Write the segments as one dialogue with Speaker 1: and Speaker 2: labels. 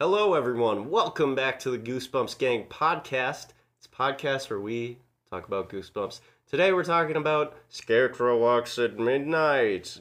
Speaker 1: Hello, everyone. Welcome back to the Goosebumps Gang podcast. It's a podcast where we talk about Goosebumps. Today, we're talking about Scarecrow Walks at Midnight.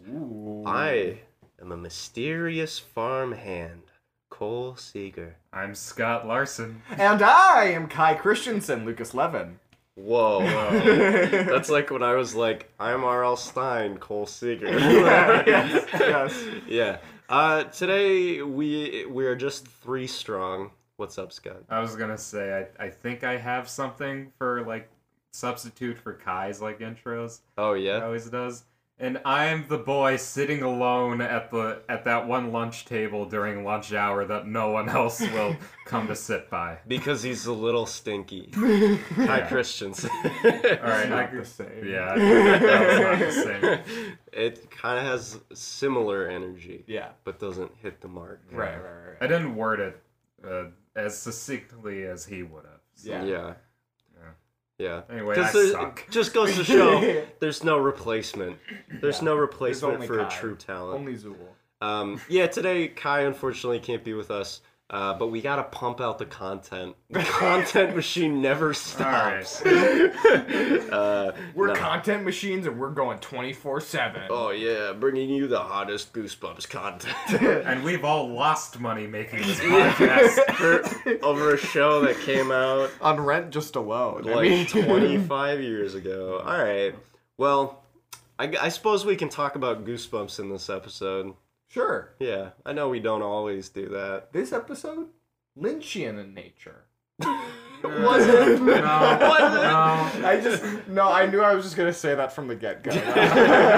Speaker 1: I am a mysterious farmhand, Cole Seeger.
Speaker 2: I'm Scott Larson.
Speaker 3: And I am Kai Christensen, Lucas Levin.
Speaker 1: Whoa. That's like when I was like, I'm R.L. Stein, Cole Seeger.
Speaker 3: yes, yes.
Speaker 1: yeah. Uh, today, we, we are just three strong. What's up, Scott?
Speaker 2: I was gonna say I, I think I have something for like substitute for Kai's like intros.
Speaker 1: Oh,
Speaker 2: He
Speaker 1: yeah?
Speaker 2: always does. And I'm the boy sitting alone at the at that one lunch table during lunch hour that no one else will come to sit by.
Speaker 1: Because he's a little stinky. Hi,
Speaker 2: Yeah.
Speaker 1: Christians.
Speaker 2: All right,
Speaker 3: Not
Speaker 2: I-
Speaker 3: the same.
Speaker 2: yeah, I think that was not the same.
Speaker 1: it kind of has similar energy,
Speaker 3: Yeah.
Speaker 1: but doesn't hit the mark.
Speaker 3: Right, right,
Speaker 2: I
Speaker 3: right.
Speaker 2: didn't word it uh, as succinctly as he would have. So,
Speaker 3: Yeah.
Speaker 1: Yeah.
Speaker 2: Yeah.
Speaker 1: Yeah.
Speaker 2: Anyway, I
Speaker 1: 'Cause there-
Speaker 2: suck.
Speaker 1: it just goes to show there's no replacement. There's
Speaker 3: Yeah.
Speaker 1: no replacement
Speaker 3: only
Speaker 1: for a
Speaker 3: Kai.
Speaker 1: true talent.
Speaker 3: Only Zool.
Speaker 1: Um, yeah, today Kai unfortunately can't be with us, uh, but we gotta pump out the content. The content machine never stops. uh,
Speaker 3: We're
Speaker 1: no.
Speaker 3: content machines and we're going 24 7.
Speaker 1: oh yeah, bringing you the hottest Goosebumps content.
Speaker 2: And we've all lost money making this podcast.
Speaker 1: For- over a show that came out
Speaker 3: On rent just alone. I mean-
Speaker 1: like 25 years ago. All right. Well, I, I suppose we can talk about Goosebumps in this episode.
Speaker 3: Sure.
Speaker 1: Yeah, I know we don't always do that.
Speaker 3: This episode, Lynchian in nature.
Speaker 1: Was it?
Speaker 2: no,
Speaker 1: What?
Speaker 2: no.
Speaker 3: I just no. I knew I was just gonna say that from the get go.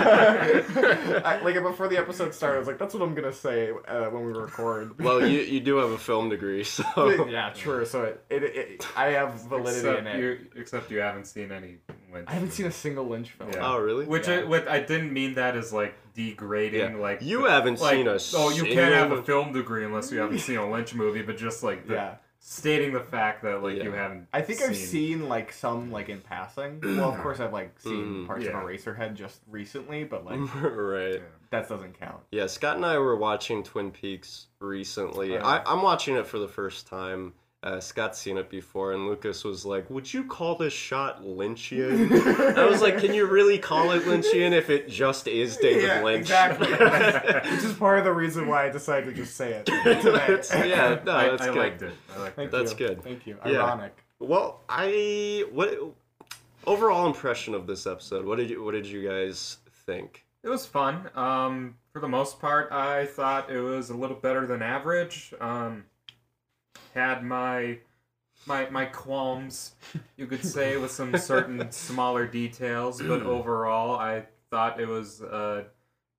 Speaker 3: I, like before the episode started, I was like, "That's what I'm gonna say uh, when we record."
Speaker 1: Well, you, you do have a film degree, so.
Speaker 3: yeah, true. So it, it, it I have validity in
Speaker 2: Except
Speaker 3: it.
Speaker 2: you, except you haven't seen any. Lynch
Speaker 3: I haven't seen a single Lynch film.
Speaker 2: Yeah.
Speaker 1: Oh, really?
Speaker 2: Which I,
Speaker 3: Yeah.
Speaker 2: with, I didn't mean that as like degrading.
Speaker 1: Yeah.
Speaker 2: Like
Speaker 1: You haven't
Speaker 2: like,
Speaker 1: seen a
Speaker 2: Oh, you can't have a
Speaker 1: single-
Speaker 2: film degree unless you haven't seen a Lynch movie. But just like the,
Speaker 3: Yeah.
Speaker 2: stating the fact that like you
Speaker 1: Yeah.
Speaker 2: haven't.
Speaker 3: I think
Speaker 2: seen.
Speaker 3: I've seen like some like in passing. Well, of course I've like seen
Speaker 1: Mm,
Speaker 3: parts
Speaker 2: yeah.
Speaker 3: of Eraserhead just recently, but like
Speaker 1: right.
Speaker 3: that doesn't count.
Speaker 1: Yeah, Scott and I were watching Twin Peaks recently.
Speaker 3: Uh-huh.
Speaker 1: I, I'm watching it for the first time. Uh, Scott's seen it before, and Lucas was like, "Would you call this shot Lynchian?" I was like, "Can you really call it Lynchian if it just is David
Speaker 3: Yeah,
Speaker 1: Lynch?"
Speaker 3: exactly. Which is part of the reason why I decided to just say it today.
Speaker 1: That's- yeah, no,
Speaker 2: I,
Speaker 1: that's
Speaker 2: I
Speaker 1: good.
Speaker 2: liked it. I liked
Speaker 3: Thank
Speaker 2: it.
Speaker 1: That's
Speaker 3: you.
Speaker 1: good.
Speaker 3: Thank you.
Speaker 1: Yeah.
Speaker 3: Ironic.
Speaker 1: Well, I what overall impression of this episode? What did you What did you guys think?
Speaker 2: It was fun. Um, for the most part, I thought it was a little better than average. Um, had my my my qualms, you could say, with some certain smaller details, but overall, I thought it was a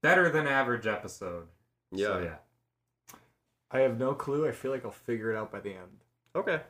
Speaker 2: better than average episode.
Speaker 1: Yeah.
Speaker 2: So, yeah.
Speaker 3: I have no clue. I feel like I'll figure it out by the end.
Speaker 1: Okay.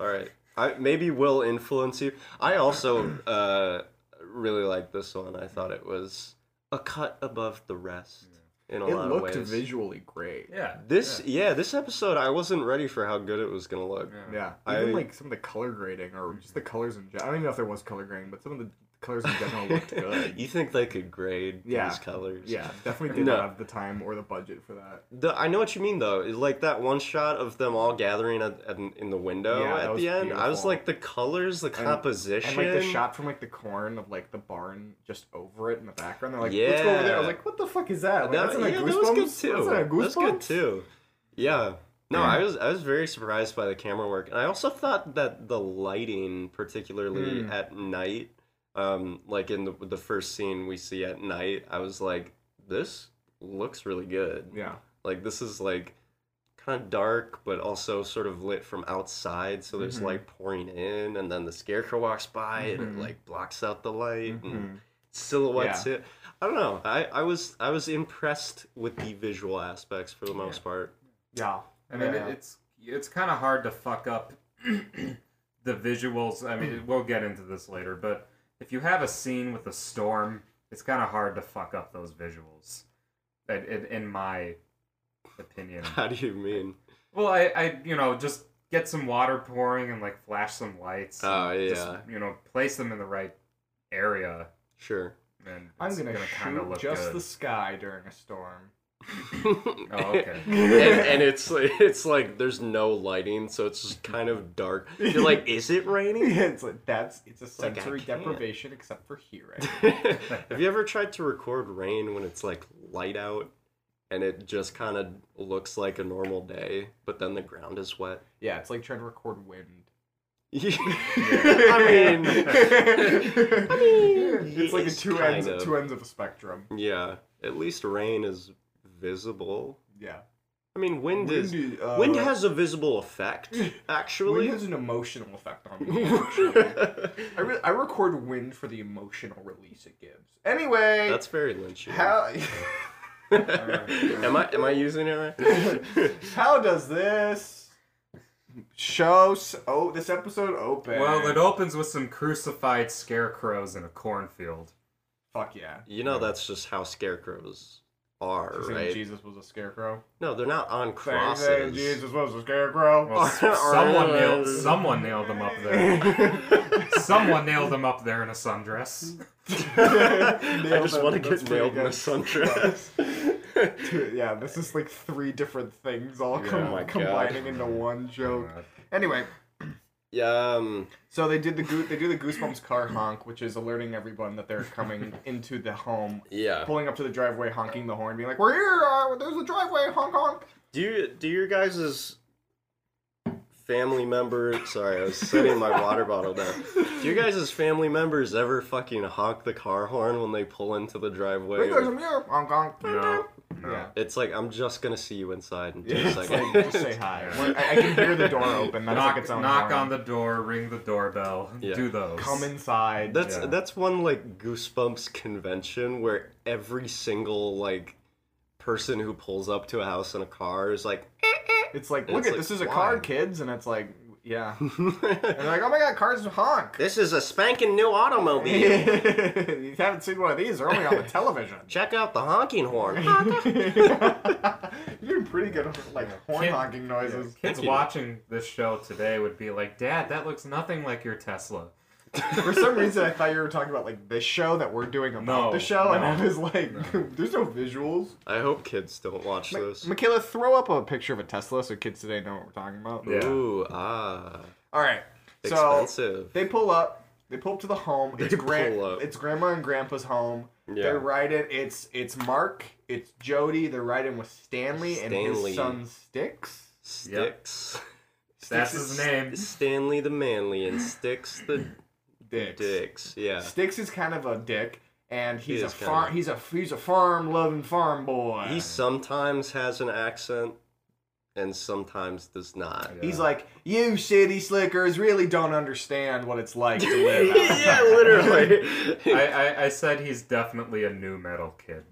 Speaker 1: All right. I maybe will influence you. I also uh, really liked this one. I thought it was a cut above the rest in a
Speaker 3: It
Speaker 1: lot
Speaker 3: looked
Speaker 1: of ways.
Speaker 3: visually great.
Speaker 2: Yeah.
Speaker 1: This yeah. this episode I wasn't ready for how good it was gonna look.
Speaker 2: Yeah.
Speaker 3: Yeah.
Speaker 1: I-
Speaker 3: Even like some of the color grading or just the colors in general. I don't even know if there was color grading, but some of the colors in general looked good.
Speaker 1: you think they could grade
Speaker 3: Yeah.
Speaker 1: these colors?
Speaker 3: Yeah, definitely did
Speaker 1: No.
Speaker 3: not have the time or the budget for that.
Speaker 1: The, I know what you mean though. It's Like that one shot of them all gathering at, at, in the window
Speaker 3: Yeah, that
Speaker 1: at
Speaker 3: was
Speaker 1: the end. I was
Speaker 3: beautiful.
Speaker 1: like the colors, the composition.
Speaker 3: And like the shot from like the corn of like the barn just over it in the background. They're like, let's go over there. I was
Speaker 1: Yeah.
Speaker 3: like, what the fuck is that? Like,
Speaker 1: That-
Speaker 3: that's not a
Speaker 1: yeah,
Speaker 3: goosebumps.
Speaker 1: that was good too.
Speaker 3: That's not a
Speaker 1: That was good
Speaker 3: Goosebumps?
Speaker 1: too. Yeah. No,
Speaker 2: Yeah.
Speaker 1: I was I was very surprised by the camera work, and I also thought that the lighting, particularly
Speaker 3: Mm.
Speaker 1: at night, um, like in the, the first scene we see at night, I was like, this looks really good.
Speaker 3: Yeah.
Speaker 1: Like this is like kind of dark, but also sort of lit from outside, so there's
Speaker 2: Mm-hmm.
Speaker 3: Mhm.
Speaker 1: light pouring in, and then the scarecrow walks by and
Speaker 3: Mhm.
Speaker 1: it like blocks out the light. And
Speaker 2: Mm-hmm.
Speaker 3: Mhm.
Speaker 1: silhouettes it. I don't know. I, I was I was impressed with the visual aspects for the most part.
Speaker 3: Yeah.
Speaker 2: I mean,
Speaker 3: Yeah.
Speaker 2: it it's it's kind of hard to fuck up the visuals. I mean, we'll get into this later, but if you have a scene with a storm, it's kind of hard to fuck up those visuals. In, in, in my opinion,
Speaker 1: How do you mean?
Speaker 2: well, I, I you know just get some water pouring and like flash some lights. and
Speaker 1: Oh,
Speaker 2: just,
Speaker 1: yeah.
Speaker 2: you know place them in the right area,
Speaker 1: Sure.
Speaker 2: and
Speaker 3: I'm
Speaker 2: it's
Speaker 3: gonna,
Speaker 2: kind of
Speaker 3: shoot
Speaker 2: look
Speaker 3: just
Speaker 2: good.
Speaker 3: the sky during a storm.
Speaker 2: Oh, okay.
Speaker 1: and, and it's it's like there's no lighting, so it's just kind of dark. You're like, is it raining?
Speaker 3: it's like that's it's a
Speaker 1: like, I
Speaker 3: sensory
Speaker 1: can't.
Speaker 3: deprivation except for here. Right?
Speaker 1: Have you ever tried to record rain when it's like light out and it just kind of looks like a normal day, but then the ground is wet?
Speaker 3: yeah, it's like trying to record wind.
Speaker 1: I mean,
Speaker 3: it's like the
Speaker 1: it's
Speaker 3: two
Speaker 1: kind
Speaker 3: ends
Speaker 1: of.
Speaker 3: two ends of a spectrum.
Speaker 1: yeah, at least rain is visible.
Speaker 3: Yeah,
Speaker 1: I mean, wind, is
Speaker 3: Wind, uh,
Speaker 1: wind has a visible effect,
Speaker 3: wind
Speaker 1: actually.
Speaker 3: has an emotional effect on me. actually. I, re- I record wind for the emotional release it gives. Anyway,
Speaker 1: That's very Lynchian.
Speaker 3: how
Speaker 1: am I am I using it right?
Speaker 3: how does this show s- oh this episode open?
Speaker 2: Well, it opens with some crucified scarecrows in a cornfield.
Speaker 3: fuck yeah.
Speaker 1: you know that's just how scarecrows are,
Speaker 3: Saying
Speaker 1: right?
Speaker 3: Jesus was a scarecrow.
Speaker 1: No, they're not on
Speaker 3: Saying that
Speaker 1: crosses.
Speaker 3: Jesus was a scarecrow.
Speaker 2: Well, s- someone nailed someone nailed them up there. Someone nailed them up there in a sundress.
Speaker 1: I
Speaker 3: Nailed
Speaker 1: just
Speaker 3: them.
Speaker 1: want to
Speaker 3: That's
Speaker 1: get
Speaker 3: pretty
Speaker 1: nailed in a
Speaker 3: good.
Speaker 1: sundress.
Speaker 3: Dude, yeah, this is like three different things all
Speaker 2: Yeah.
Speaker 3: com-
Speaker 1: Oh my God.
Speaker 3: combining into one joke.
Speaker 2: Uh,
Speaker 3: Anyway,
Speaker 1: yeah, um,
Speaker 3: so they did the goo they do the Goosebumps car honk, which is alerting everyone that they're coming into the home,
Speaker 1: yeah.
Speaker 3: pulling up to the driveway, honking the horn, being like, "We're here! Uh, there's a driveway! Honk honk!"
Speaker 1: Do you, do your guys' family member? Sorry, I was setting my water bottle down. Do your guys' family members ever fucking honk the car horn when they pull into the
Speaker 3: Hey
Speaker 1: driveway?
Speaker 3: guys, I'm here! Honk honk!
Speaker 2: No,
Speaker 3: Yeah.
Speaker 2: no.
Speaker 1: It's like I'm just gonna see you inside in two
Speaker 3: It's
Speaker 1: seconds.
Speaker 3: like, just say hi. We're- I, I can hear the door open. That's
Speaker 2: knock
Speaker 3: like its own
Speaker 2: knock
Speaker 3: horn.
Speaker 2: on the door, ring the doorbell,
Speaker 1: Yeah.
Speaker 2: do those.
Speaker 3: Come inside.
Speaker 1: That's
Speaker 2: Yeah.
Speaker 1: that's one like goosebumps convention where every single like person who pulls up to a house in a car is like
Speaker 3: It's like,
Speaker 1: It's
Speaker 3: look at
Speaker 1: like,
Speaker 3: this is a
Speaker 1: why?
Speaker 3: car, kids, and it's like, yeah. And they're like, oh my god, cars honk.
Speaker 1: This is a spanking new automobile.
Speaker 3: you haven't seen one of these. They're only on the television.
Speaker 1: Check out the honking horn.
Speaker 3: You're pretty good at like horn
Speaker 2: Kid-
Speaker 3: honking noises.
Speaker 2: Kids watching this show today would be like, Dad, that looks nothing like your Tesla.
Speaker 3: For some reason, I thought you were talking about like this show that we're doing about
Speaker 2: No,
Speaker 3: the show, and
Speaker 2: no.
Speaker 3: I was like, there's no visuals.
Speaker 1: I hope kids don't watch this.
Speaker 3: Michaela, throw up a picture of a Tesla so kids today know what we're talking about.
Speaker 2: Yeah.
Speaker 1: Ooh, ah.
Speaker 3: All right, so
Speaker 1: Expensive.
Speaker 3: They pull up. They pull up to the home. It's gran-
Speaker 1: pull up.
Speaker 3: It's grandma and grandpa's home.
Speaker 1: Yeah.
Speaker 3: They're riding. It's it's Mark. It's Jody. They're riding with Stanley, and
Speaker 1: Stanley.
Speaker 3: his son Sticks.
Speaker 1: Sticks.
Speaker 2: That's
Speaker 3: Sticks
Speaker 2: his
Speaker 3: is-
Speaker 2: name.
Speaker 1: Stanley the Manly and Sticks the
Speaker 3: Dicks.
Speaker 1: Dicks. Yeah.
Speaker 3: Sticks is kind of a dick, and
Speaker 1: He
Speaker 3: he's a
Speaker 1: is kinda.
Speaker 3: farm. He's a he's a farm loving farm boy.
Speaker 1: He sometimes has an accent and sometimes does not.
Speaker 3: He's like, you city slickers really don't understand what it's like to live. outside."
Speaker 1: yeah, literally.
Speaker 2: I, I, I said he's definitely a new metal kid.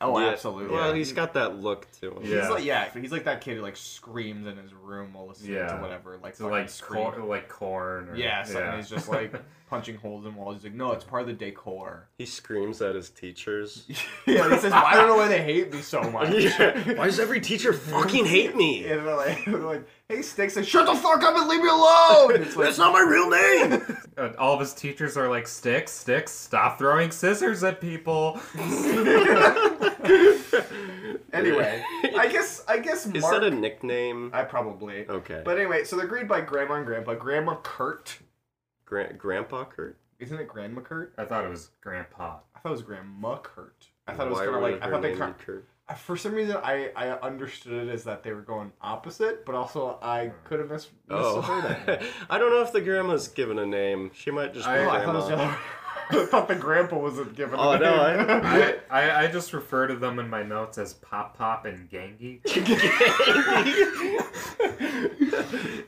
Speaker 3: Oh,
Speaker 1: Yeah.
Speaker 3: absolutely.
Speaker 1: Well, he's got that look to him.
Speaker 3: He's
Speaker 2: Yeah.
Speaker 3: like yeah, he's like that kid who like screams in his room while listening
Speaker 2: Yeah.
Speaker 3: to whatever, like
Speaker 2: So
Speaker 3: fucking
Speaker 2: like
Speaker 3: scream.
Speaker 2: cor- like corn. Or,
Speaker 3: Yeah, so and he's just like punching holes in walls. He's like, no, it's part of the decor.
Speaker 1: He screams at his teachers.
Speaker 3: yeah, he says, well, I don't know why they hate me so much.
Speaker 1: Yeah. Why does every teacher fucking hate me?
Speaker 3: And they're like, they're like, hey, Sticks, like, shut the fuck up and leave me alone. It's like,
Speaker 1: That's not my real name.
Speaker 2: Uh, all of his teachers are like, sticks, sticks, stop throwing scissors at people.
Speaker 3: anyway, I guess, I guess
Speaker 1: Is
Speaker 3: Mark,
Speaker 1: that a Oh, nickname?
Speaker 3: I probably.
Speaker 1: Okay.
Speaker 3: But anyway, so they're greeted by Grandma and Grandpa. Grandma Kurt.
Speaker 1: Gra- Grandpa Kurt?
Speaker 3: Isn't it Grandma Kurt?
Speaker 2: I thought it was Grandpa.
Speaker 3: I thought it was Grandma Kurt. I thought it was
Speaker 1: Why
Speaker 3: kind of
Speaker 1: would
Speaker 3: like, I
Speaker 1: her
Speaker 3: thought they
Speaker 1: name
Speaker 3: kind
Speaker 1: be Kurt?
Speaker 3: I- for some reason I, I understood it as that they were going opposite, but also I could have mis- misheard it.
Speaker 1: Hmm. Oh. I don't know if the grandma's given a name. She might just be
Speaker 2: I-
Speaker 3: Oh, I
Speaker 1: grandma.
Speaker 3: thought, it was the other I thought the grandpa wasn't giving.
Speaker 1: Oh,
Speaker 3: a
Speaker 1: no,
Speaker 3: name.
Speaker 2: I, I, I just refer to them in my notes as Pop Pop and Gangy.
Speaker 1: yeah,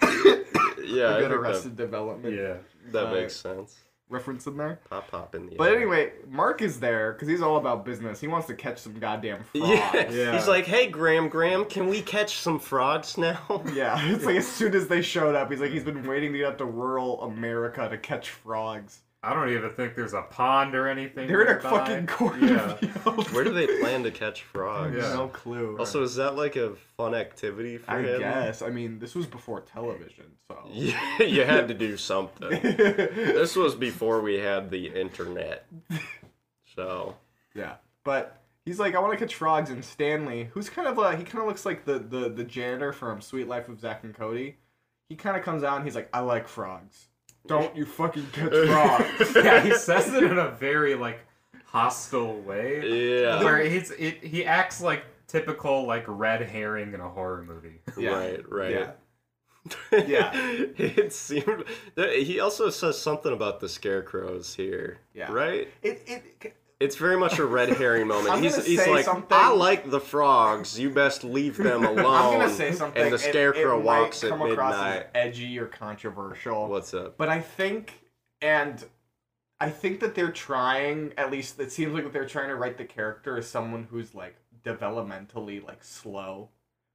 Speaker 1: I
Speaker 3: Good
Speaker 1: think
Speaker 3: Arrested Development
Speaker 2: Yeah.
Speaker 1: that, that
Speaker 3: uh,
Speaker 1: makes sense.
Speaker 3: reference in there.
Speaker 1: Pop pop in the
Speaker 3: But
Speaker 1: eye.
Speaker 3: anyway, Mark is there because he's all about business. He wants to catch some goddamn frogs.
Speaker 1: Yeah.
Speaker 2: Yeah.
Speaker 1: He's like, hey, Graham, Graham, can we catch some frogs now?
Speaker 3: Yeah, it's like as soon as they showed up, he's like, he's been waiting to get up to rural America to catch frogs.
Speaker 2: I don't even think there's a pond or anything.
Speaker 3: They're in a
Speaker 2: nearby.
Speaker 3: fucking cornfield.
Speaker 2: Yeah.
Speaker 1: Where do they plan to catch frogs?
Speaker 2: Yeah.
Speaker 3: No clue.
Speaker 1: Also, is that like a fun activity for
Speaker 3: I
Speaker 1: him?
Speaker 3: guess. I mean, this was before television, so.
Speaker 1: Yeah, you had to do something. this was before we had the internet. So,
Speaker 3: Yeah, but He's like, I want to catch frogs. And Stanley, who's kind of uh, he kind of looks like the, the the janitor from Sweet Life of Zach and Cody. He kind of comes out and he's like, I like frogs. Don't you fucking catch frogs.
Speaker 2: yeah, he says it in a very like hostile way.
Speaker 1: Yeah.
Speaker 2: Where he's it he acts like typical like red herring in a horror movie.
Speaker 3: Yeah.
Speaker 1: Right, right.
Speaker 3: Yeah.
Speaker 1: yeah. It seemed that he also says something about the scarecrows here.
Speaker 3: Yeah.
Speaker 1: Right?
Speaker 3: It it
Speaker 1: It's very much a red herring moment.
Speaker 3: I'm
Speaker 1: he's
Speaker 3: gonna
Speaker 1: he's
Speaker 3: say
Speaker 1: like,
Speaker 3: something-
Speaker 1: I like the frogs. You best leave them alone.
Speaker 3: I'm gonna say something.
Speaker 1: Um, And the
Speaker 3: It-
Speaker 1: scarecrow
Speaker 3: it, might
Speaker 1: walks at
Speaker 3: come across as
Speaker 1: midnight.
Speaker 3: edgy or controversial.
Speaker 1: What's up?
Speaker 3: But I think, and I think that they're trying. At least it seems like they're trying to write the character as someone who's like developmentally like slow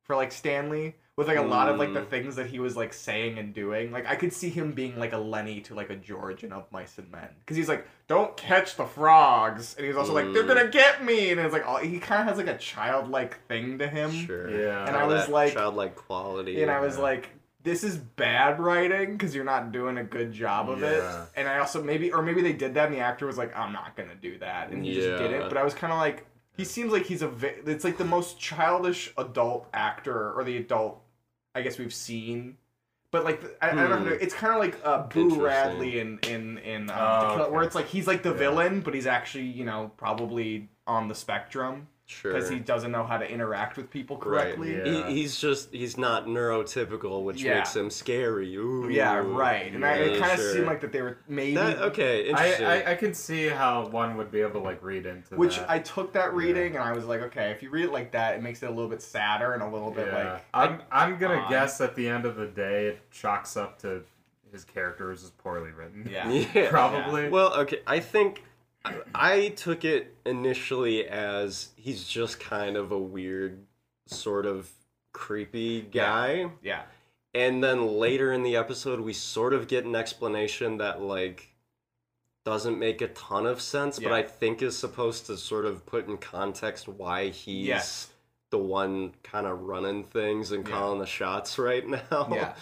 Speaker 3: for like Stanley with like a lot of like the
Speaker 1: Mm.
Speaker 3: things that he was like saying and doing. Like I could see him being like a Lenny to like a George in Of Mice and Men because he's like, "Don't catch the frogs," and he's also like, "They're
Speaker 1: Mm.
Speaker 3: gonna get me," and it's like all, he kind of has like a childlike thing to him.
Speaker 1: Sure.
Speaker 2: Yeah.
Speaker 3: And I
Speaker 1: All
Speaker 3: was
Speaker 1: that
Speaker 3: like-
Speaker 1: childlike quality.
Speaker 3: And I was
Speaker 1: yeah.
Speaker 3: like, this is bad writing because you're not doing a good job of
Speaker 2: Yeah.
Speaker 3: it. And I also maybe, or maybe they did that, and the actor was like, I'm not gonna do that, and he just did
Speaker 1: Yeah.
Speaker 3: it. But I was kind of like, he seems like he's a, ve- it's like the most childish adult actor or the adult, I guess we've seen. But like I, I don't
Speaker 1: Hmm.
Speaker 3: know, it's kind of like uh, Boo
Speaker 1: Interesting.
Speaker 3: Radley in in in um,
Speaker 2: Oh,
Speaker 3: To Kill- where
Speaker 2: okay.
Speaker 3: it's like he's like the
Speaker 2: Yeah.
Speaker 3: villain, but he's actually you know probably on the spectrum
Speaker 1: sure.
Speaker 3: because he doesn't know how to interact with people
Speaker 1: Right.
Speaker 3: correctly.
Speaker 2: Yeah.
Speaker 1: He, he's just he's not neurotypical, which
Speaker 3: Yeah.
Speaker 1: makes him scary. Ooh.
Speaker 3: Yeah, right. And I, it
Speaker 1: Yeah,
Speaker 3: kind of
Speaker 1: sure.
Speaker 3: seemed like that they were maybe,
Speaker 1: That, okay,
Speaker 2: I,
Speaker 1: interesting.
Speaker 2: I, I can see how one would be able to like read into
Speaker 3: which
Speaker 2: that.
Speaker 3: I took that reading and I was like, okay, if you read it like that, it makes it a little bit sadder and a little bit
Speaker 2: Yeah.
Speaker 3: like,
Speaker 2: I'm I'm gonna
Speaker 3: odd.
Speaker 2: guess at the end of the day it chalks up to his character is just poorly written.
Speaker 3: yeah,
Speaker 1: yeah.
Speaker 2: Probably.
Speaker 1: Well, okay. I think I, I took it initially as he's just kind of a weird, sort of creepy guy.
Speaker 3: yeah,
Speaker 1: And then later in the episode, we sort of get an explanation that, like, doesn't make a ton of sense, but
Speaker 3: Yeah.
Speaker 1: I think is supposed to sort of put in context why he's
Speaker 3: Yes.
Speaker 1: the one kind of running things and
Speaker 3: Yeah.
Speaker 1: calling the shots right now.
Speaker 3: yeah.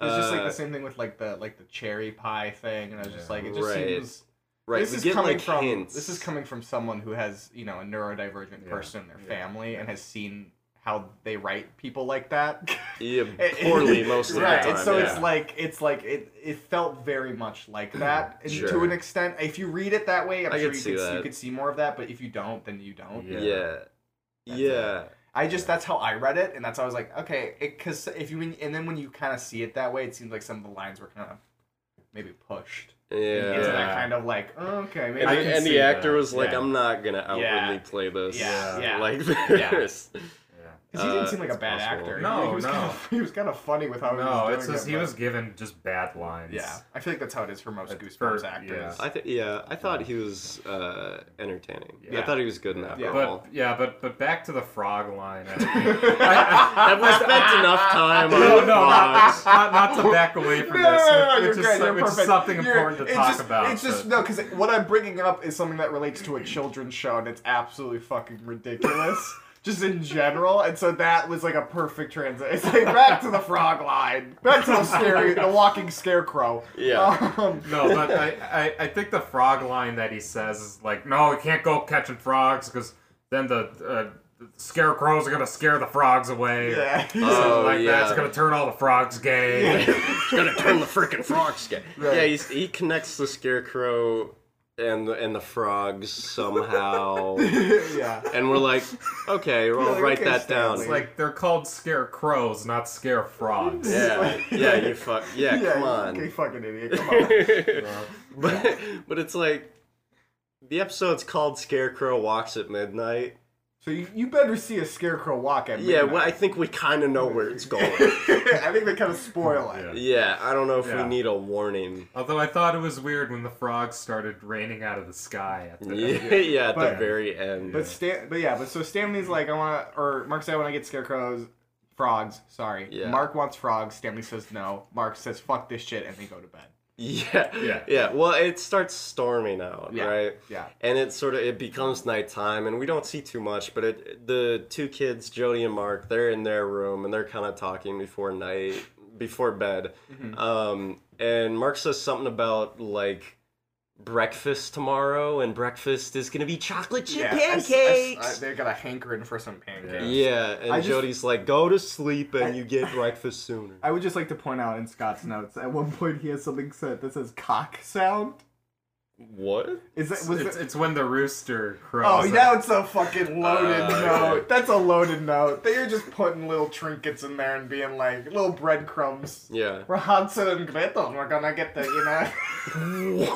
Speaker 3: It was just like
Speaker 1: Uh,
Speaker 3: the same thing with like the like the cherry pie thing, and I was just
Speaker 2: Yeah.
Speaker 3: like, it just
Speaker 1: Right.
Speaker 3: seems
Speaker 1: Right.
Speaker 3: This
Speaker 1: we
Speaker 3: is
Speaker 1: get,
Speaker 3: coming
Speaker 1: like,
Speaker 3: from
Speaker 1: hints.
Speaker 3: this is coming from someone who has you know a neurodivergent
Speaker 2: Yeah.
Speaker 3: person in their
Speaker 2: Yeah.
Speaker 3: family and has seen how they write people like that.
Speaker 1: yeah,
Speaker 3: It- it-
Speaker 1: poorly most of
Speaker 3: right,
Speaker 1: the
Speaker 3: and
Speaker 1: time.
Speaker 3: so
Speaker 1: yeah.
Speaker 3: it's like it's like it it felt very much like that and
Speaker 1: Sure.
Speaker 3: to an extent. If you read it that way, I'm
Speaker 1: I
Speaker 3: sure
Speaker 1: could
Speaker 3: you
Speaker 1: see
Speaker 3: could see,
Speaker 1: that.
Speaker 3: you could see more of that. But if you don't, then you don't.
Speaker 2: Yeah.
Speaker 1: yeah.
Speaker 3: That's
Speaker 1: Yeah.
Speaker 3: I just that's how I read it, and that's how I was like, okay, because if you and then when you kind of see it that way, it seems like some of the lines were kind of maybe pushed
Speaker 1: Yeah.
Speaker 3: into that
Speaker 2: Yeah.
Speaker 3: kind of like oh, okay, maybe
Speaker 1: And,
Speaker 2: I
Speaker 1: the-
Speaker 2: can
Speaker 1: and
Speaker 2: see
Speaker 1: the actor
Speaker 2: that,
Speaker 1: was like,
Speaker 2: yeah.
Speaker 1: I'm not going to outwardly
Speaker 3: Yeah.
Speaker 1: play this
Speaker 3: Yeah, yeah.
Speaker 1: like
Speaker 3: Yeah.
Speaker 1: this.
Speaker 2: Yeah.
Speaker 3: 'Cause he didn't
Speaker 1: uh,
Speaker 3: seem like a
Speaker 1: it's
Speaker 3: bad
Speaker 1: possible.
Speaker 3: actor.
Speaker 2: No,
Speaker 3: he was
Speaker 2: no.
Speaker 3: Kind of, he was kind of funny with how he
Speaker 2: No,
Speaker 3: was
Speaker 2: it's
Speaker 3: doing
Speaker 2: just
Speaker 3: it,
Speaker 2: he
Speaker 3: but-
Speaker 2: was given just bad lines.
Speaker 3: Yeah, I feel like that's how it is for most
Speaker 2: It's
Speaker 3: Goosebumps
Speaker 2: for-
Speaker 3: actors.
Speaker 1: I th- yeah, I thought he was uh, entertaining. I
Speaker 2: Yeah.
Speaker 1: thought he was good in that
Speaker 3: Yeah.
Speaker 1: role.
Speaker 2: But yeah, but but back to the frog line. I think.
Speaker 1: Have we spent enough time on
Speaker 2: no,
Speaker 1: the
Speaker 2: no, not,
Speaker 1: frogs?
Speaker 2: not, not to back away from
Speaker 3: No,
Speaker 2: this,
Speaker 3: no, no, no,
Speaker 2: which,
Speaker 3: you're
Speaker 2: which is,
Speaker 3: good,
Speaker 2: so-
Speaker 3: you're
Speaker 2: which is
Speaker 3: perfect.
Speaker 2: something
Speaker 3: You're-
Speaker 2: important to
Speaker 3: it's
Speaker 2: talk
Speaker 3: just-
Speaker 2: about.
Speaker 3: It's just
Speaker 2: but-
Speaker 3: no, because what I'm bringing up is something that relates to a children's show, and it's absolutely fucking ridiculous, just in general. And so that was like a perfect transition. It's like back to the frog line, back to the scary, the walking scarecrow.
Speaker 1: Yeah.
Speaker 3: Um,
Speaker 2: No, but I, I, I think the frog line that he says is like, no, we can't go catching frogs because then the, uh, the scarecrows are gonna scare the frogs away. or
Speaker 3: yeah.
Speaker 1: Uh, Oh,
Speaker 2: something like
Speaker 1: yeah.
Speaker 2: that. It's gonna turn all the frogs gay.
Speaker 1: It's gonna turn the freaking frogs gay.
Speaker 3: Right.
Speaker 1: Yeah, he's, he connects the scarecrow and the, and the frogs somehow,
Speaker 3: yeah.
Speaker 1: and we're like, okay, we'll
Speaker 3: like,
Speaker 1: write
Speaker 3: okay,
Speaker 1: that down.
Speaker 3: Stanley.
Speaker 2: like they're called scarecrows, not scare frogs.
Speaker 1: yeah, yeah, you fuck, yeah,
Speaker 3: Yeah,
Speaker 1: come
Speaker 3: you-
Speaker 1: on.
Speaker 3: Okay, fucking idiot. Come on.
Speaker 1: but but it's like the episode's called Scarecrow Walks at Midnight.
Speaker 3: So you, you better see a scarecrow walk at me.
Speaker 1: Yeah, well, I think we kind of know where it's going.
Speaker 3: I think they kind of spoil it.
Speaker 1: yeah, I don't know if
Speaker 2: Yeah.
Speaker 1: we need a warning.
Speaker 2: Although I thought it was weird when the frogs started raining out of the sky. At the,
Speaker 1: Yeah, yeah, at the
Speaker 3: But-
Speaker 1: very end.
Speaker 3: But Stan, but yeah, but so Stanley's like, I want to, or Mark said, I want to get scarecrows, frogs. Sorry,
Speaker 1: Yeah.
Speaker 3: Mark wants frogs. Stanley says no. Mark says fuck this shit, and they go to bed.
Speaker 1: yeah, yeah,
Speaker 2: Yeah.
Speaker 1: yeah. Well, it starts storming out,
Speaker 3: Yeah.
Speaker 1: right?
Speaker 3: Yeah,
Speaker 1: And it sort of it becomes nighttime, and we don't see too much. But it, the two kids, Jody and Mark, they're in their room and they're kind of talking before night,
Speaker 3: Mm-hmm.
Speaker 1: before bed. Um, and Mark says something about like breakfast tomorrow, and breakfast is gonna be chocolate chip
Speaker 3: Yeah, I s-
Speaker 1: pancakes.
Speaker 3: I s- I- they got a hankering for some pancakes.
Speaker 1: yeah, and
Speaker 4: I just-
Speaker 1: Jody's like, go to sleep and
Speaker 4: I-
Speaker 1: you get breakfast sooner.
Speaker 4: I would just like to point out in Scott's notes at one point he has something said that says cock sound.
Speaker 1: what?
Speaker 4: Is that
Speaker 2: It's,
Speaker 4: was
Speaker 2: it's,
Speaker 4: it,
Speaker 2: it's when the rooster
Speaker 3: Oh,
Speaker 2: crows.
Speaker 3: now it's a fucking loaded
Speaker 1: Uh,
Speaker 3: note.
Speaker 1: yeah.
Speaker 3: That's a loaded note. They're just putting little trinkets in there and being like little breadcrumbs.
Speaker 1: Yeah.
Speaker 3: We're Hansel and Gretel. We're gonna get the, you know.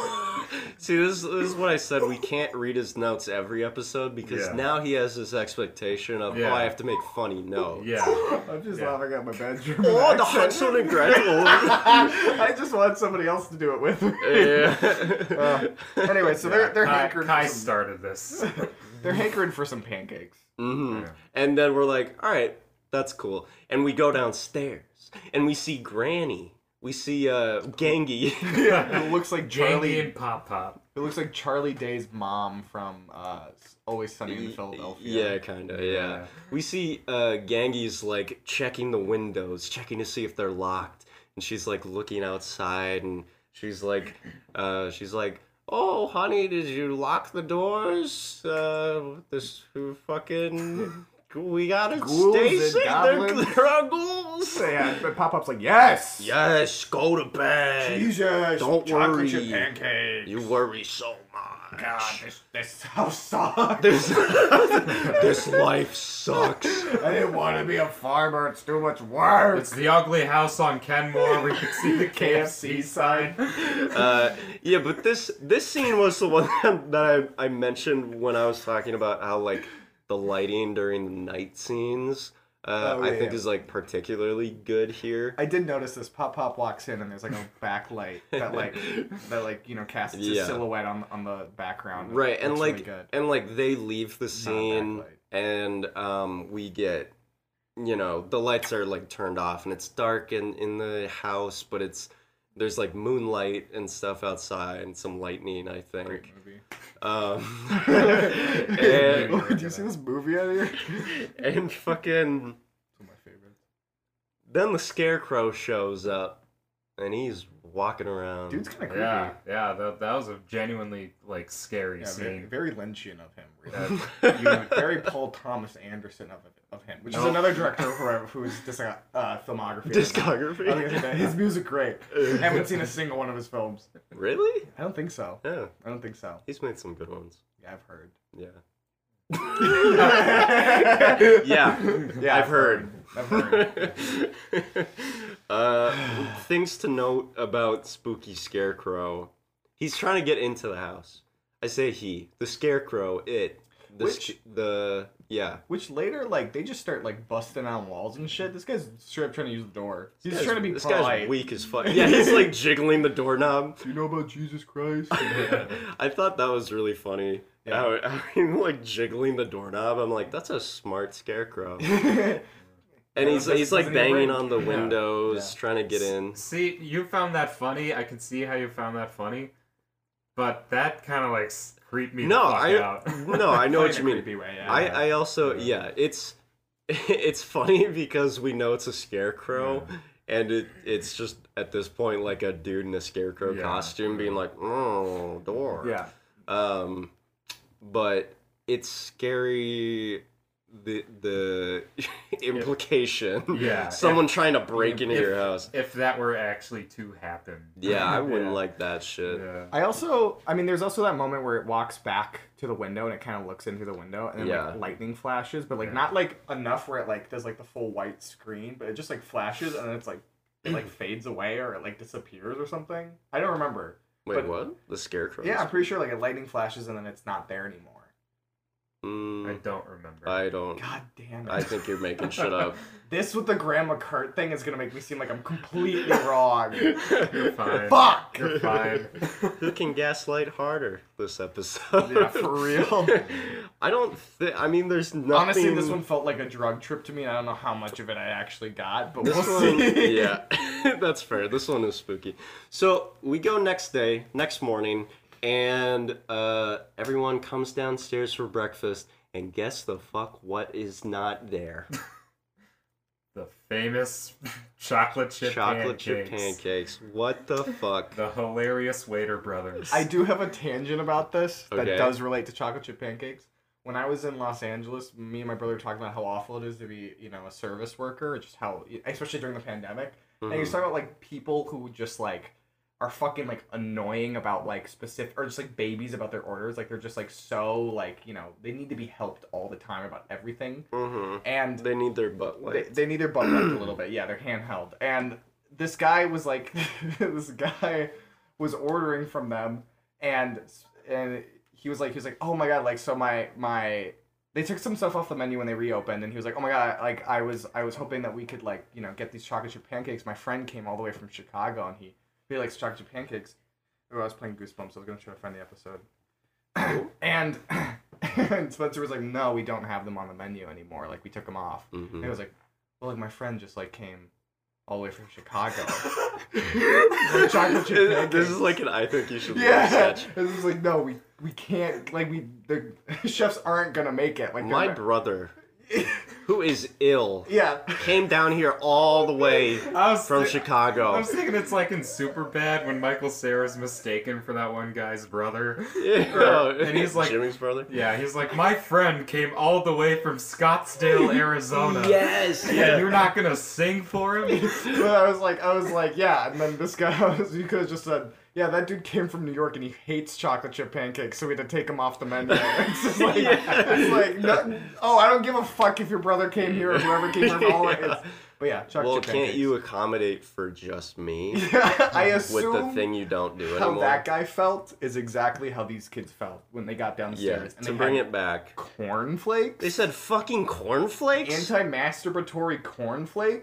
Speaker 1: See, this, this is what I said. We can't read his notes every episode because
Speaker 2: Yeah.
Speaker 1: now he has this expectation of,
Speaker 2: Yeah.
Speaker 1: oh, I have to make funny notes.
Speaker 2: Yeah.
Speaker 4: I'm just
Speaker 2: yeah.
Speaker 4: laughing at my bad German
Speaker 1: Oh, the
Speaker 4: accent.
Speaker 1: Hansel and Gretel.
Speaker 3: I just want somebody else to do it with me.
Speaker 1: yeah.
Speaker 3: Anyway, so they're they're
Speaker 2: Kai,
Speaker 3: hankering
Speaker 2: Kai
Speaker 3: for some,
Speaker 2: started this.
Speaker 3: they're hankering for some pancakes.
Speaker 1: Mhm.
Speaker 2: Yeah.
Speaker 1: And then we're like, all right, that's cool. And we go downstairs and we see Granny. We see uh, Gangi.
Speaker 3: it looks like
Speaker 2: Jamie
Speaker 3: Charlie.
Speaker 2: and Pop Pop.
Speaker 3: It looks like Charlie Day's mom from uh, Always Sunny in Philadelphia.
Speaker 1: Yeah, kind of. Yeah. we see uh, Gangi's like checking the windows, checking to see if they're locked, and she's like looking outside, and she's like, uh, she's like, "Oh, honey, did you lock the doors? Uh, this fucking." We gotta
Speaker 4: Ghouls
Speaker 1: stay
Speaker 4: and
Speaker 1: safe. There,
Speaker 4: goblins."
Speaker 1: there are ghouls.
Speaker 4: Yeah, but Pop Up's like, yes!
Speaker 1: Yes, go to bed.
Speaker 3: Jesus!
Speaker 1: Don't
Speaker 3: chocolate
Speaker 1: worry.
Speaker 3: chip pancakes.
Speaker 1: You worry so much.
Speaker 3: God, this this house sucks.
Speaker 1: This, this life sucks.
Speaker 3: I didn't want to be a farmer. It's too much work.
Speaker 2: It's the ugly house on Kenmore. We could see the KFC sign.
Speaker 1: Uh, yeah, but this this scene was the one that I, I mentioned when I was talking about how like the lighting during the night scenes uh,
Speaker 3: Oh,
Speaker 1: I
Speaker 3: yeah,
Speaker 1: think
Speaker 3: yeah.
Speaker 1: is like particularly good here.
Speaker 3: I did notice this. Pop Pop walks in and there's like a backlight that like that like you know casts a
Speaker 1: Yeah.
Speaker 3: silhouette on on the background.
Speaker 1: right, and
Speaker 3: Looks
Speaker 1: like
Speaker 3: really good.
Speaker 1: and like they leave the scene
Speaker 3: backlight.
Speaker 1: and um we get you know the lights are like turned off and it's dark in in the house, but it's there's like moonlight and stuff outside and some lightning, I think.
Speaker 3: Great movie.
Speaker 1: Um,
Speaker 2: And-
Speaker 3: Oh, Did you see this movie out here?
Speaker 1: and fucking
Speaker 3: It's one of my favorites.
Speaker 1: then the scarecrow shows up and he's walking around
Speaker 3: Dude's kind of creepy.
Speaker 2: Yeah, yeah, that, that was a genuinely like scary
Speaker 3: Yeah, very,
Speaker 2: scene.
Speaker 3: very Lynchian of him. Really.
Speaker 2: Uh,
Speaker 3: You- very Paul Thomas Anderson of, of him, which is
Speaker 2: No.
Speaker 3: another director who I- who's just uh, uh, filmography. I was gonna say that.
Speaker 1: discography
Speaker 3: His music great. Haven't seen a single one of his films.
Speaker 1: really
Speaker 3: I don't think so.
Speaker 1: yeah
Speaker 3: I don't think so.
Speaker 1: he's made some good ones
Speaker 3: Yeah, I've heard.
Speaker 1: yeah
Speaker 3: yeah,
Speaker 1: yeah I've heard.
Speaker 3: I've heard.
Speaker 1: uh, things to note about spooky scarecrow he's trying to get into the house i say he the scarecrow it the
Speaker 3: Which-
Speaker 1: sc- the yeah
Speaker 3: Which later, like, they just start like busting on walls and shit. This guy's straight up trying to use the door. He's
Speaker 1: This
Speaker 3: just trying to be
Speaker 1: this
Speaker 3: polite.
Speaker 1: guy's weak as fuck yeah he's like jiggling the doorknob
Speaker 3: Do you know about Jesus Christ?
Speaker 1: I thought that was really funny.
Speaker 3: Yeah.
Speaker 1: How, how he, like jiggling the doorknob. I'm like, that's a smart scarecrow. And he's
Speaker 3: that's-
Speaker 1: he's like
Speaker 3: doesn't he
Speaker 1: banging
Speaker 3: break?
Speaker 1: on the
Speaker 2: Yeah.
Speaker 1: windows, trying to get in.
Speaker 2: See, you found that funny. I can see how you found that funny, but that kind of like s- creeped me.
Speaker 1: No,
Speaker 2: the fuck
Speaker 1: I
Speaker 2: out.
Speaker 1: no, I know what you mean.
Speaker 3: Creepy way, yeah.
Speaker 1: I I also yeah, it's it's funny because we know it's a scarecrow. And it, it's just at this point like a dude in a scarecrow
Speaker 2: Yeah.
Speaker 1: costume being like, oh, door.
Speaker 4: Yeah.
Speaker 1: Um, but it's scary. The the implication.
Speaker 2: Yeah.
Speaker 1: Someone trying to break
Speaker 2: If-
Speaker 1: into
Speaker 2: if-
Speaker 1: your house.
Speaker 2: If that were actually to happen.
Speaker 1: Yeah, I
Speaker 4: Yeah.
Speaker 1: wouldn't like that shit.
Speaker 2: Yeah.
Speaker 4: I also, I mean, there's also that moment where it walks back to the window and it kind of looks in through the window and then
Speaker 1: Yeah.
Speaker 4: like lightning flashes, but like
Speaker 2: Yeah.
Speaker 4: not
Speaker 3: Not like enough where it like does like the full white screen, but it just like flashes and then it's like it like fades away or it like disappears or something. I don't remember.
Speaker 1: Wait,
Speaker 3: But-
Speaker 1: what? The scarecrow?
Speaker 3: Yeah, I'm pretty sure like a lightning flashes and then it's not there anymore.
Speaker 2: I
Speaker 1: Mm,
Speaker 2: don't remember.
Speaker 1: I don't.
Speaker 3: God damn it.
Speaker 1: I think you're making shit up.
Speaker 3: This with the Grandma Kurt thing is gonna make me seem like I'm completely wrong.
Speaker 2: You're fine.
Speaker 3: Fuck!
Speaker 2: You're fine.
Speaker 1: Who can gaslight harder this episode?
Speaker 3: Yeah, for real.
Speaker 1: I don't. Thi- I mean, there's nothing.
Speaker 3: Honestly, this one felt like a drug trip to me, and I don't know how much of it I actually got, but
Speaker 1: This
Speaker 3: we'll
Speaker 1: one,
Speaker 3: see.
Speaker 1: yeah, that's fair. This one is spooky. So we go next day, next morning, and uh, everyone comes downstairs for breakfast. And guess the fuck what is not there?
Speaker 2: The famous chocolate chip
Speaker 1: chocolate chip
Speaker 2: pancakes.
Speaker 1: pancakes. What the fuck?
Speaker 2: The hilarious waiter brothers.
Speaker 3: I do have a tangent about this that
Speaker 1: Okay.
Speaker 3: does relate to chocolate chip pancakes. When I was in Los Angeles, me and my brother were talking about how awful it is to be, you know, a service worker, just how, especially during the pandemic. And he was
Speaker 1: Mhm.
Speaker 3: talking about like people who just like are fucking like annoying about like specific or just like babies about their orders. Like they're just like so like you know they need to be helped all the time about everything.
Speaker 1: Mhm.
Speaker 3: And
Speaker 1: They need their butt
Speaker 3: they,
Speaker 1: wiped.
Speaker 3: they need their butt wiped a little bit. Yeah, they're handheld. And this guy was like, this guy was ordering from them, and and he was like, he was like, oh my god, like so my my. They took some stuff off the menu when they reopened, and he was like, "Oh my god! Like I was, I was hoping that we could like, you know, get these chocolate chip pancakes. My friend came all the way from Chicago, and he he likes chocolate chip pancakes. Oh, I was playing Goosebumps. I was gonna try to find the episode. and, and Spencer was like, "No, we don't have them on the menu anymore. Like we took them off."
Speaker 1: Mhm.
Speaker 3: And I was like, well, like my friend just like came all the way from Chicago. chocolate chip pancakes.
Speaker 1: this is like an I think you should yeah.
Speaker 3: yeah,
Speaker 1: sketch.
Speaker 3: and it was like, no, we we can't. Like we the chefs aren't gonna make it. Like they're
Speaker 1: My
Speaker 3: not-
Speaker 1: brother, who is ill,
Speaker 3: yeah.
Speaker 1: came down here all the way
Speaker 2: I was
Speaker 1: from
Speaker 2: thi- I
Speaker 1: Chicago.
Speaker 2: was thinking it's like in Superbad when Michael Sarah's mistaken for that one guy's brother.
Speaker 1: Yeah.
Speaker 2: And he's like-
Speaker 1: Jimmy's brother.
Speaker 2: Yeah, he's like, my friend came all the way from Scottsdale, Arizona.
Speaker 1: Yes.
Speaker 2: Yeah, you're not gonna sing for him.
Speaker 3: But I was like, I was like, yeah. And then this guy, was, you could have just said, yeah, that dude came from New York and he hates chocolate chip pancakes, so we had to take him off the menu. it's just like,
Speaker 1: Yeah.
Speaker 3: it's like, no, oh, I don't give a fuck if your brother came here or whoever came from all.
Speaker 1: Yeah.
Speaker 3: It's, but yeah, chocolate
Speaker 1: Well,
Speaker 3: chip pancakes.
Speaker 1: can't you accommodate for just me
Speaker 3: I
Speaker 1: with
Speaker 3: assume
Speaker 1: the thing you don't do
Speaker 3: how
Speaker 1: anymore?
Speaker 3: that guy felt is exactly how these kids felt when they got
Speaker 1: yeah,
Speaker 3: downstairs.
Speaker 1: to bring it back.
Speaker 3: cornflakes,
Speaker 1: They said fucking cornflakes.
Speaker 3: anti-masturbatory cornflakes.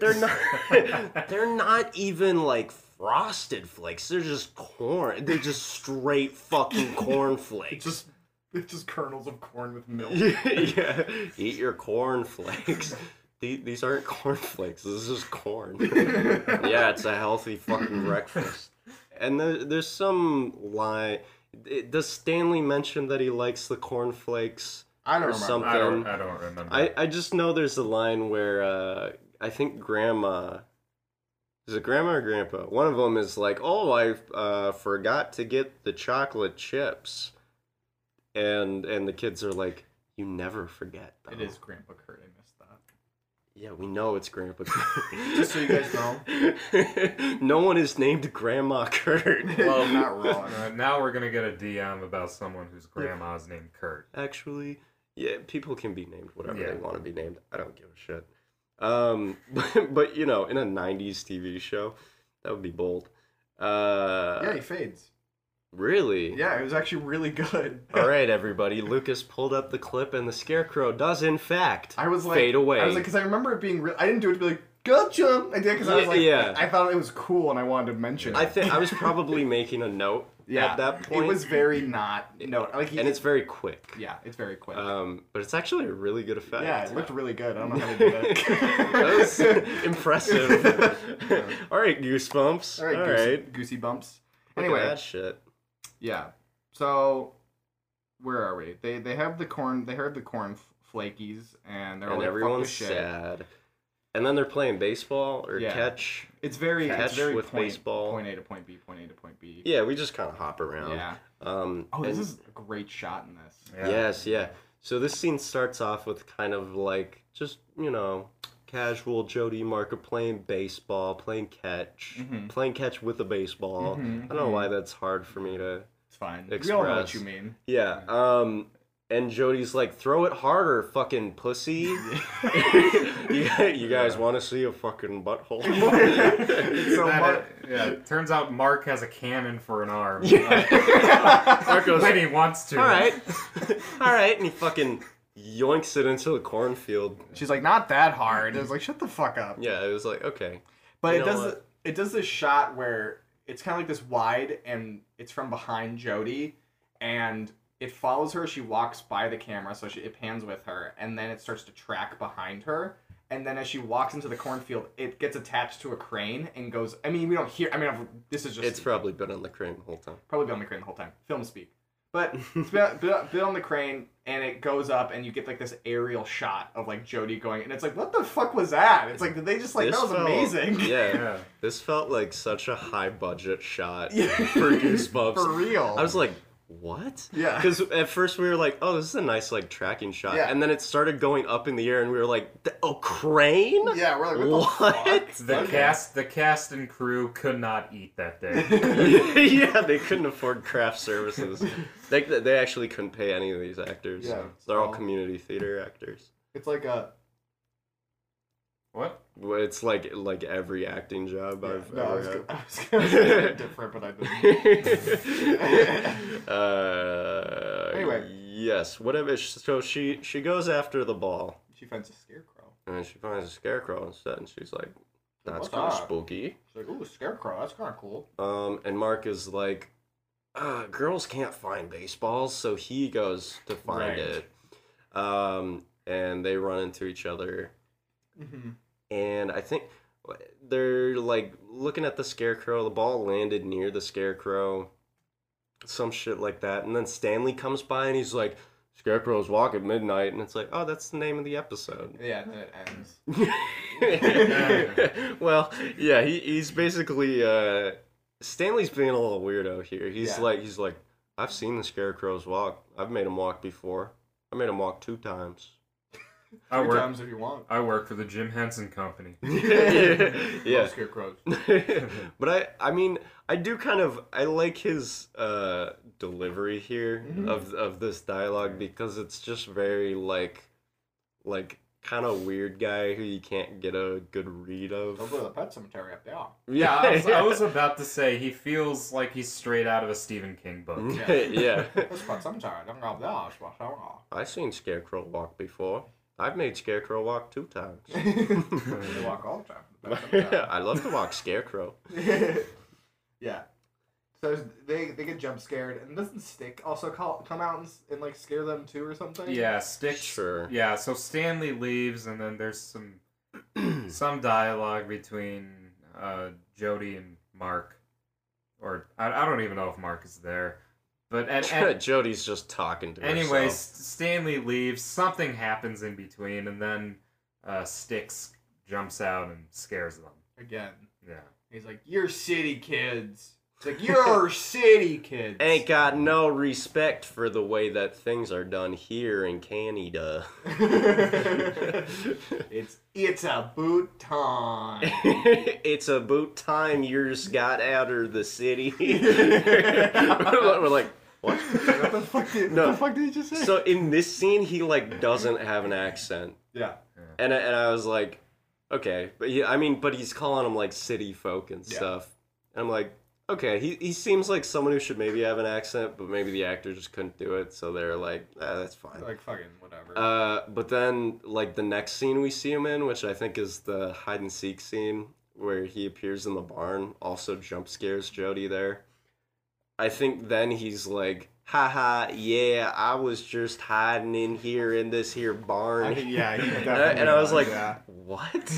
Speaker 1: They're not. they're not even like frosted flakes. They're just corn. They're just straight fucking cornflakes.
Speaker 3: just it's just kernels of corn with milk.
Speaker 1: yeah. Eat your cornflakes. The- These aren't cornflakes. This is just corn. yeah, it's a healthy fucking breakfast. And there, there's some lie. it- Does Stanley mention that he likes the cornflakes?
Speaker 3: I don't
Speaker 1: Or
Speaker 3: remember.
Speaker 1: something.
Speaker 2: I don't. I don't remember.
Speaker 1: Um, I, I just know there's a line where uh, I think grandma is it grandma or grandpa? One of them is like, "Oh, I uh, forgot to get the chocolate chips," and and the kids are like, "You never forget." Though.
Speaker 3: It is Grandpa Kurt. I missed that.
Speaker 1: Yeah, we know it's grandpa.
Speaker 3: Just so you guys know.
Speaker 1: no one is named Grandma Kurt.
Speaker 2: Well,
Speaker 3: Well, not wrong.
Speaker 2: Uh, now we're gonna get a DM about someone whose grandma's named Kurt.
Speaker 1: actually. Yeah, people can be named whatever
Speaker 2: Yeah.
Speaker 1: they want to be named. I don't give a shit. Um, but, but you know, in a '90s TV show, that would be bold. Uh,
Speaker 3: yeah, he fades.
Speaker 1: really?
Speaker 3: Yeah, it was actually really good.
Speaker 1: All right, everybody. Lucas pulled up the clip, and the scarecrow does, in fact,
Speaker 3: I was like,
Speaker 1: fade away.
Speaker 3: I was like, because I remember it being. Re- I didn't do it to be like, gotcha. I did because I was
Speaker 1: Yeah,
Speaker 3: like,
Speaker 1: yeah.
Speaker 3: I thought it was cool and I wanted to mention.
Speaker 1: I
Speaker 3: it.
Speaker 1: think I was probably making a note
Speaker 3: yeah,
Speaker 1: at that point,
Speaker 3: it was very not no like he,
Speaker 1: and it's very quick.
Speaker 3: yeah, it's very quick.
Speaker 1: Um, but it's actually a really good effect.
Speaker 3: Yeah, it looked really good. I don't know how they did
Speaker 1: that was
Speaker 3: it.
Speaker 1: impressive. All right, goosebumps.
Speaker 3: All right, goosey, goosey bumps.
Speaker 1: Look at
Speaker 3: Anyway,
Speaker 1: that shit.
Speaker 3: yeah. So where are we? They they have the corn. They heard the corn f- flakies, and they're all
Speaker 1: and
Speaker 3: like, "Fuck
Speaker 1: everyone's
Speaker 3: this shit.
Speaker 1: sad. And then they're playing baseball or
Speaker 3: Yeah.
Speaker 1: catch.
Speaker 3: It's very
Speaker 1: Catch
Speaker 3: it's very
Speaker 1: with
Speaker 3: point,
Speaker 1: baseball.
Speaker 3: Point A to point B. Point A to point B.
Speaker 1: Yeah, we just kind of hop around.
Speaker 3: Yeah.
Speaker 1: Um,
Speaker 3: Oh, this
Speaker 1: and-
Speaker 3: is a great shot in this.
Speaker 1: Yes, yeah. So this scene starts off with kind of like just you know casual Jody Marker playing baseball, playing catch,
Speaker 3: Mhm.
Speaker 1: playing catch with a baseball.
Speaker 3: Mhm,
Speaker 1: I don't know why that's hard for me to.
Speaker 3: It's fine. We all
Speaker 1: Express.
Speaker 3: know what you mean.
Speaker 1: Yeah. Um. And Jody's like, throw it harder, fucking pussy. you, guys- you guys want to see a fucking butthole?
Speaker 3: It's so
Speaker 2: That-
Speaker 3: much.
Speaker 2: yeah. it Turns out Mark has a cannon for an arm.
Speaker 1: Marco's
Speaker 2: when he wants to.
Speaker 1: All right, all right, and he fucking yoinks it into the cornfield.
Speaker 3: She's like, not that hard. I was like, shut the fuck up.
Speaker 1: Yeah, it was like okay,
Speaker 3: But
Speaker 1: You
Speaker 3: it
Speaker 1: know
Speaker 3: does
Speaker 1: what?
Speaker 3: it does this shot where it's kind of like this wide and it's from behind Jody and it follows her. She walks by the camera, so she, it pans with her, and then it starts to track behind her. And then as she walks into the cornfield, it gets attached to a crane and goes. I mean, we don't hear. I mean, I've- this is just
Speaker 1: it's probably been on the crane the whole time.
Speaker 3: probably been on the crane the whole time. Film speak. But it's been, been, been on the crane and it goes up and you get like this aerial shot of like Jody going and it's like what the fuck was that? It's like did they just like that was
Speaker 1: felt-
Speaker 3: amazing.
Speaker 1: Yeah,
Speaker 2: Yeah.
Speaker 1: this felt like such a high budget shot
Speaker 3: Yeah.
Speaker 1: for Goosebumps.
Speaker 3: For real.
Speaker 1: I was like, what?
Speaker 3: Yeah.
Speaker 1: Because at first we were like, oh, this is a nice like tracking shot,
Speaker 3: Yeah.
Speaker 1: and then it started going up in the air, and we were like, "Th- oh, crane?
Speaker 3: yeah, we're like what, the
Speaker 1: What?
Speaker 3: fuck?
Speaker 2: The cast, the cast and crew could not eat that day.
Speaker 1: yeah, they couldn't afford craft services. They, they actually couldn't pay any of these actors.
Speaker 3: Yeah.
Speaker 1: They're all
Speaker 3: Well.
Speaker 1: community theater actors.
Speaker 3: It's like a
Speaker 2: what?
Speaker 1: Well, It's like like every acting job I've
Speaker 3: no, I was,
Speaker 1: ever
Speaker 3: gonna- I was gonna say something different, but I didn't.
Speaker 1: had. uh,
Speaker 3: Anyway.
Speaker 1: Yes, whatever. So she she goes after the ball
Speaker 3: She finds a scarecrow.
Speaker 1: and she finds a scarecrow instead, and she's like, "That's
Speaker 3: What's
Speaker 1: kind of
Speaker 3: that?"
Speaker 1: spooky."
Speaker 3: She's like, ooh, scarecrow, that's kinda cool.
Speaker 1: Um, and Mark is like, uh, girls can't find baseballs, so he goes to find
Speaker 2: Right.
Speaker 1: it. Um, and they run into each other.
Speaker 3: Mm-hmm.
Speaker 1: And I think they're like looking at the scarecrow. The ball landed near the scarecrow, some shit like that. And then Stanley comes by and he's like, Scarecrow's Walk at Midnight. And it's like, oh, that's the name of the episode.
Speaker 3: Yeah, and then it ends.
Speaker 1: well, yeah, he, he's basically uh, Stanley's being a little weirdo here. He's
Speaker 3: Yeah.
Speaker 1: like he's like I've seen the scarecrows walk. I've made him walk before. I made him walk two times.
Speaker 2: I
Speaker 3: Three
Speaker 2: work.
Speaker 3: times if you want.
Speaker 2: I work for the Jim Henson Company.
Speaker 1: yeah.
Speaker 3: Love scarecrows.
Speaker 1: but I I mean I do kind of I like his uh delivery here of of this dialogue because it's just very like like kind of weird guy who you can't get a good read of.
Speaker 3: Don't go to the pet cemetery up there.
Speaker 2: Yeah, I was, I was about to say he feels like he's straight out of a Stephen King book.
Speaker 1: yeah.
Speaker 3: That's pet cemetery. Don't go up there. It's pet cemetery.
Speaker 1: I've seen Scarecrow walk before. I've made Scarecrow walk two times.
Speaker 3: They walk all the time. to the pet cemetery.
Speaker 1: I love to walk Scarecrow.
Speaker 3: yeah. So s- they they get jump scared, and doesn't Stick also call, come out and, s- and like scare them too or something?
Speaker 2: Yeah, sticks.
Speaker 1: Sure.
Speaker 2: Yeah, so Stanley leaves, and then there's some
Speaker 1: Hmm.
Speaker 2: some dialogue between uh, Jody and Mark, or I, I don't even know if Mark is there, but at, at,
Speaker 1: Jody's just talking to
Speaker 2: anyway, S-
Speaker 1: herself.
Speaker 2: Stanley leaves. Something happens in between, and then uh, sticks jumps out and scares them.
Speaker 3: Again,
Speaker 2: Yeah.
Speaker 3: he's like, "You're city kids." It's like, "You're city kids."
Speaker 1: Ain't got no respect for the way that things are done here in Canada.
Speaker 3: it's it's a boot time.
Speaker 1: it's about time yours got out of the city. We're like, what?
Speaker 3: what the fuck did
Speaker 1: No.
Speaker 3: what the fuck did you just say?
Speaker 1: So in this scene, he like doesn't have an accent.
Speaker 3: yeah.
Speaker 1: and I, and I was like, okay, but yeah, I mean, but he's calling him like city folk and
Speaker 3: Yeah.
Speaker 1: stuff. And I'm like, okay, he he seems like someone who should maybe have an accent, but maybe the actor just couldn't do it, so they're like, ah, that's fine.
Speaker 3: Like fucking whatever.
Speaker 1: Uh, but then like the next scene we see him in, which I think is the hide and seek scene where he appears in the barn, also jump scares Jody there. I think then he's like, haha, yeah, I was just hiding in here in this here barn.
Speaker 3: I think- yeah, he
Speaker 1: And I,
Speaker 3: definitely
Speaker 1: and I was
Speaker 3: does
Speaker 1: like,
Speaker 3: that.
Speaker 1: what?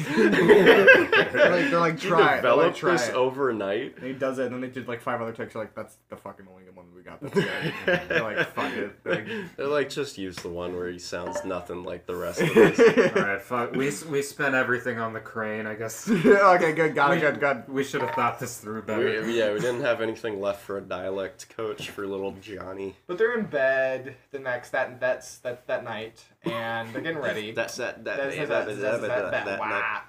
Speaker 4: They're like, they're like
Speaker 1: you
Speaker 4: try it. They're like,
Speaker 1: developed
Speaker 4: try
Speaker 1: this
Speaker 4: it.
Speaker 1: overnight?
Speaker 4: And he does it, and then they did like five other takes. You're like, that's the fucking only one we got. That's good. They're like, fuck it. Like,
Speaker 1: They're like, just use the one where he sounds nothing like the rest of us.
Speaker 2: All right. Fuck. We s- we spent everything on the crane. I guess
Speaker 4: okay, good, got
Speaker 2: we,
Speaker 4: it, Oh, good, good.
Speaker 2: we should have thought this through better.
Speaker 1: We- yeah, we didn't have anything left for a dialect coach for little Johnny.
Speaker 3: But they're in bed the next that that's that that night, and they're getting ready.
Speaker 1: That's that that
Speaker 3: That's-
Speaker 1: that
Speaker 3: that's- that's- that's- that's- that- wah.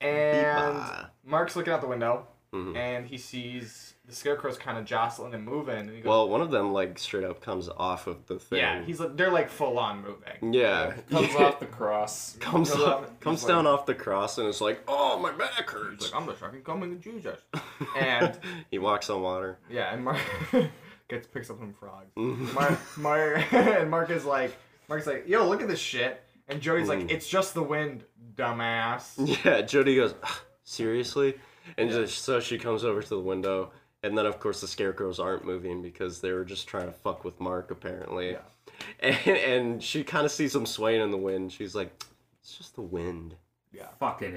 Speaker 3: And
Speaker 1: Beep-ah.
Speaker 3: Mark's looking out the window,
Speaker 1: Mhm.
Speaker 3: and he sees the scarecrow's kind of jostling and moving. And he goes,
Speaker 1: Well, one of them like straight up comes off of the thing.
Speaker 3: "Yeah, he's like, they're like full on moving."
Speaker 1: yeah.
Speaker 2: Comes off the cross.
Speaker 1: comes
Speaker 3: Comes
Speaker 1: up,
Speaker 3: off-
Speaker 1: comes
Speaker 3: he's
Speaker 1: down off the cross and is like, "Oh, my back hurts."
Speaker 3: I'm the fucking coming to Jesus. And
Speaker 1: he walks on water.
Speaker 3: yeah, and Mark
Speaker 4: Gets picks up some frogs. Mark, Mark, and Mark is like,
Speaker 3: Mark's like, "Yo, look at this shit." And Jody's like, "It's just the wind, dumbass."
Speaker 1: Yeah, Jody goes, "Ah, seriously? And just, so she comes over to the window. And then, of course, the scarecrows aren't moving because they were just trying to fuck with Mark, apparently. And, and she kind of sees him swaying in the wind. She's like, it's just the wind.
Speaker 2: Fucking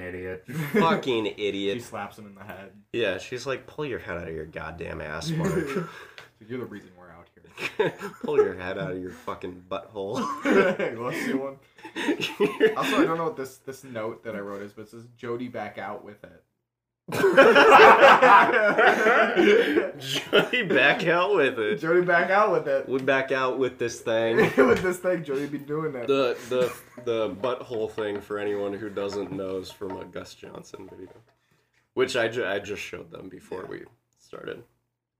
Speaker 2: idiot.
Speaker 1: Fucking
Speaker 4: he
Speaker 1: idiot.
Speaker 4: slaps him in the head.
Speaker 1: Yeah, she's like, pull your head out of your goddamn ass, Mark.
Speaker 4: You're the reason we're out here.
Speaker 1: Pull your head out of your fucking butthole.
Speaker 3: hey, let's see one.
Speaker 4: Also, I don't know what this this note that I wrote is, but it says Jody back out with it.
Speaker 1: Johnny, back out with it.
Speaker 3: Jody back out with it.
Speaker 1: We back out with this thing.
Speaker 3: with this thing, Jody be doing that.
Speaker 1: The the the butthole thing for anyone who doesn't know is from a Gus Johnson video, which I, ju- I just showed them before we started.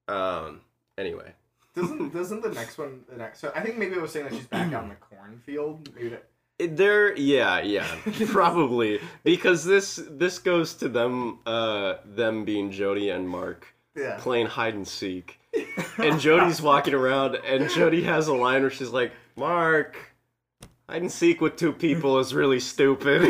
Speaker 1: Um. Anyway,
Speaker 3: Doesn't doesn't the next one the next? So I think maybe I was saying that she's back out in the cornfield. Maybe that,
Speaker 1: It- There, yeah, yeah, probably because this this goes to them, uh, them being Jody and Mark
Speaker 3: yeah.
Speaker 1: playing hide and seek, and Jody's walking around, and Jody has a line where she's like, "Mark, hide and seek with two people is really stupid,"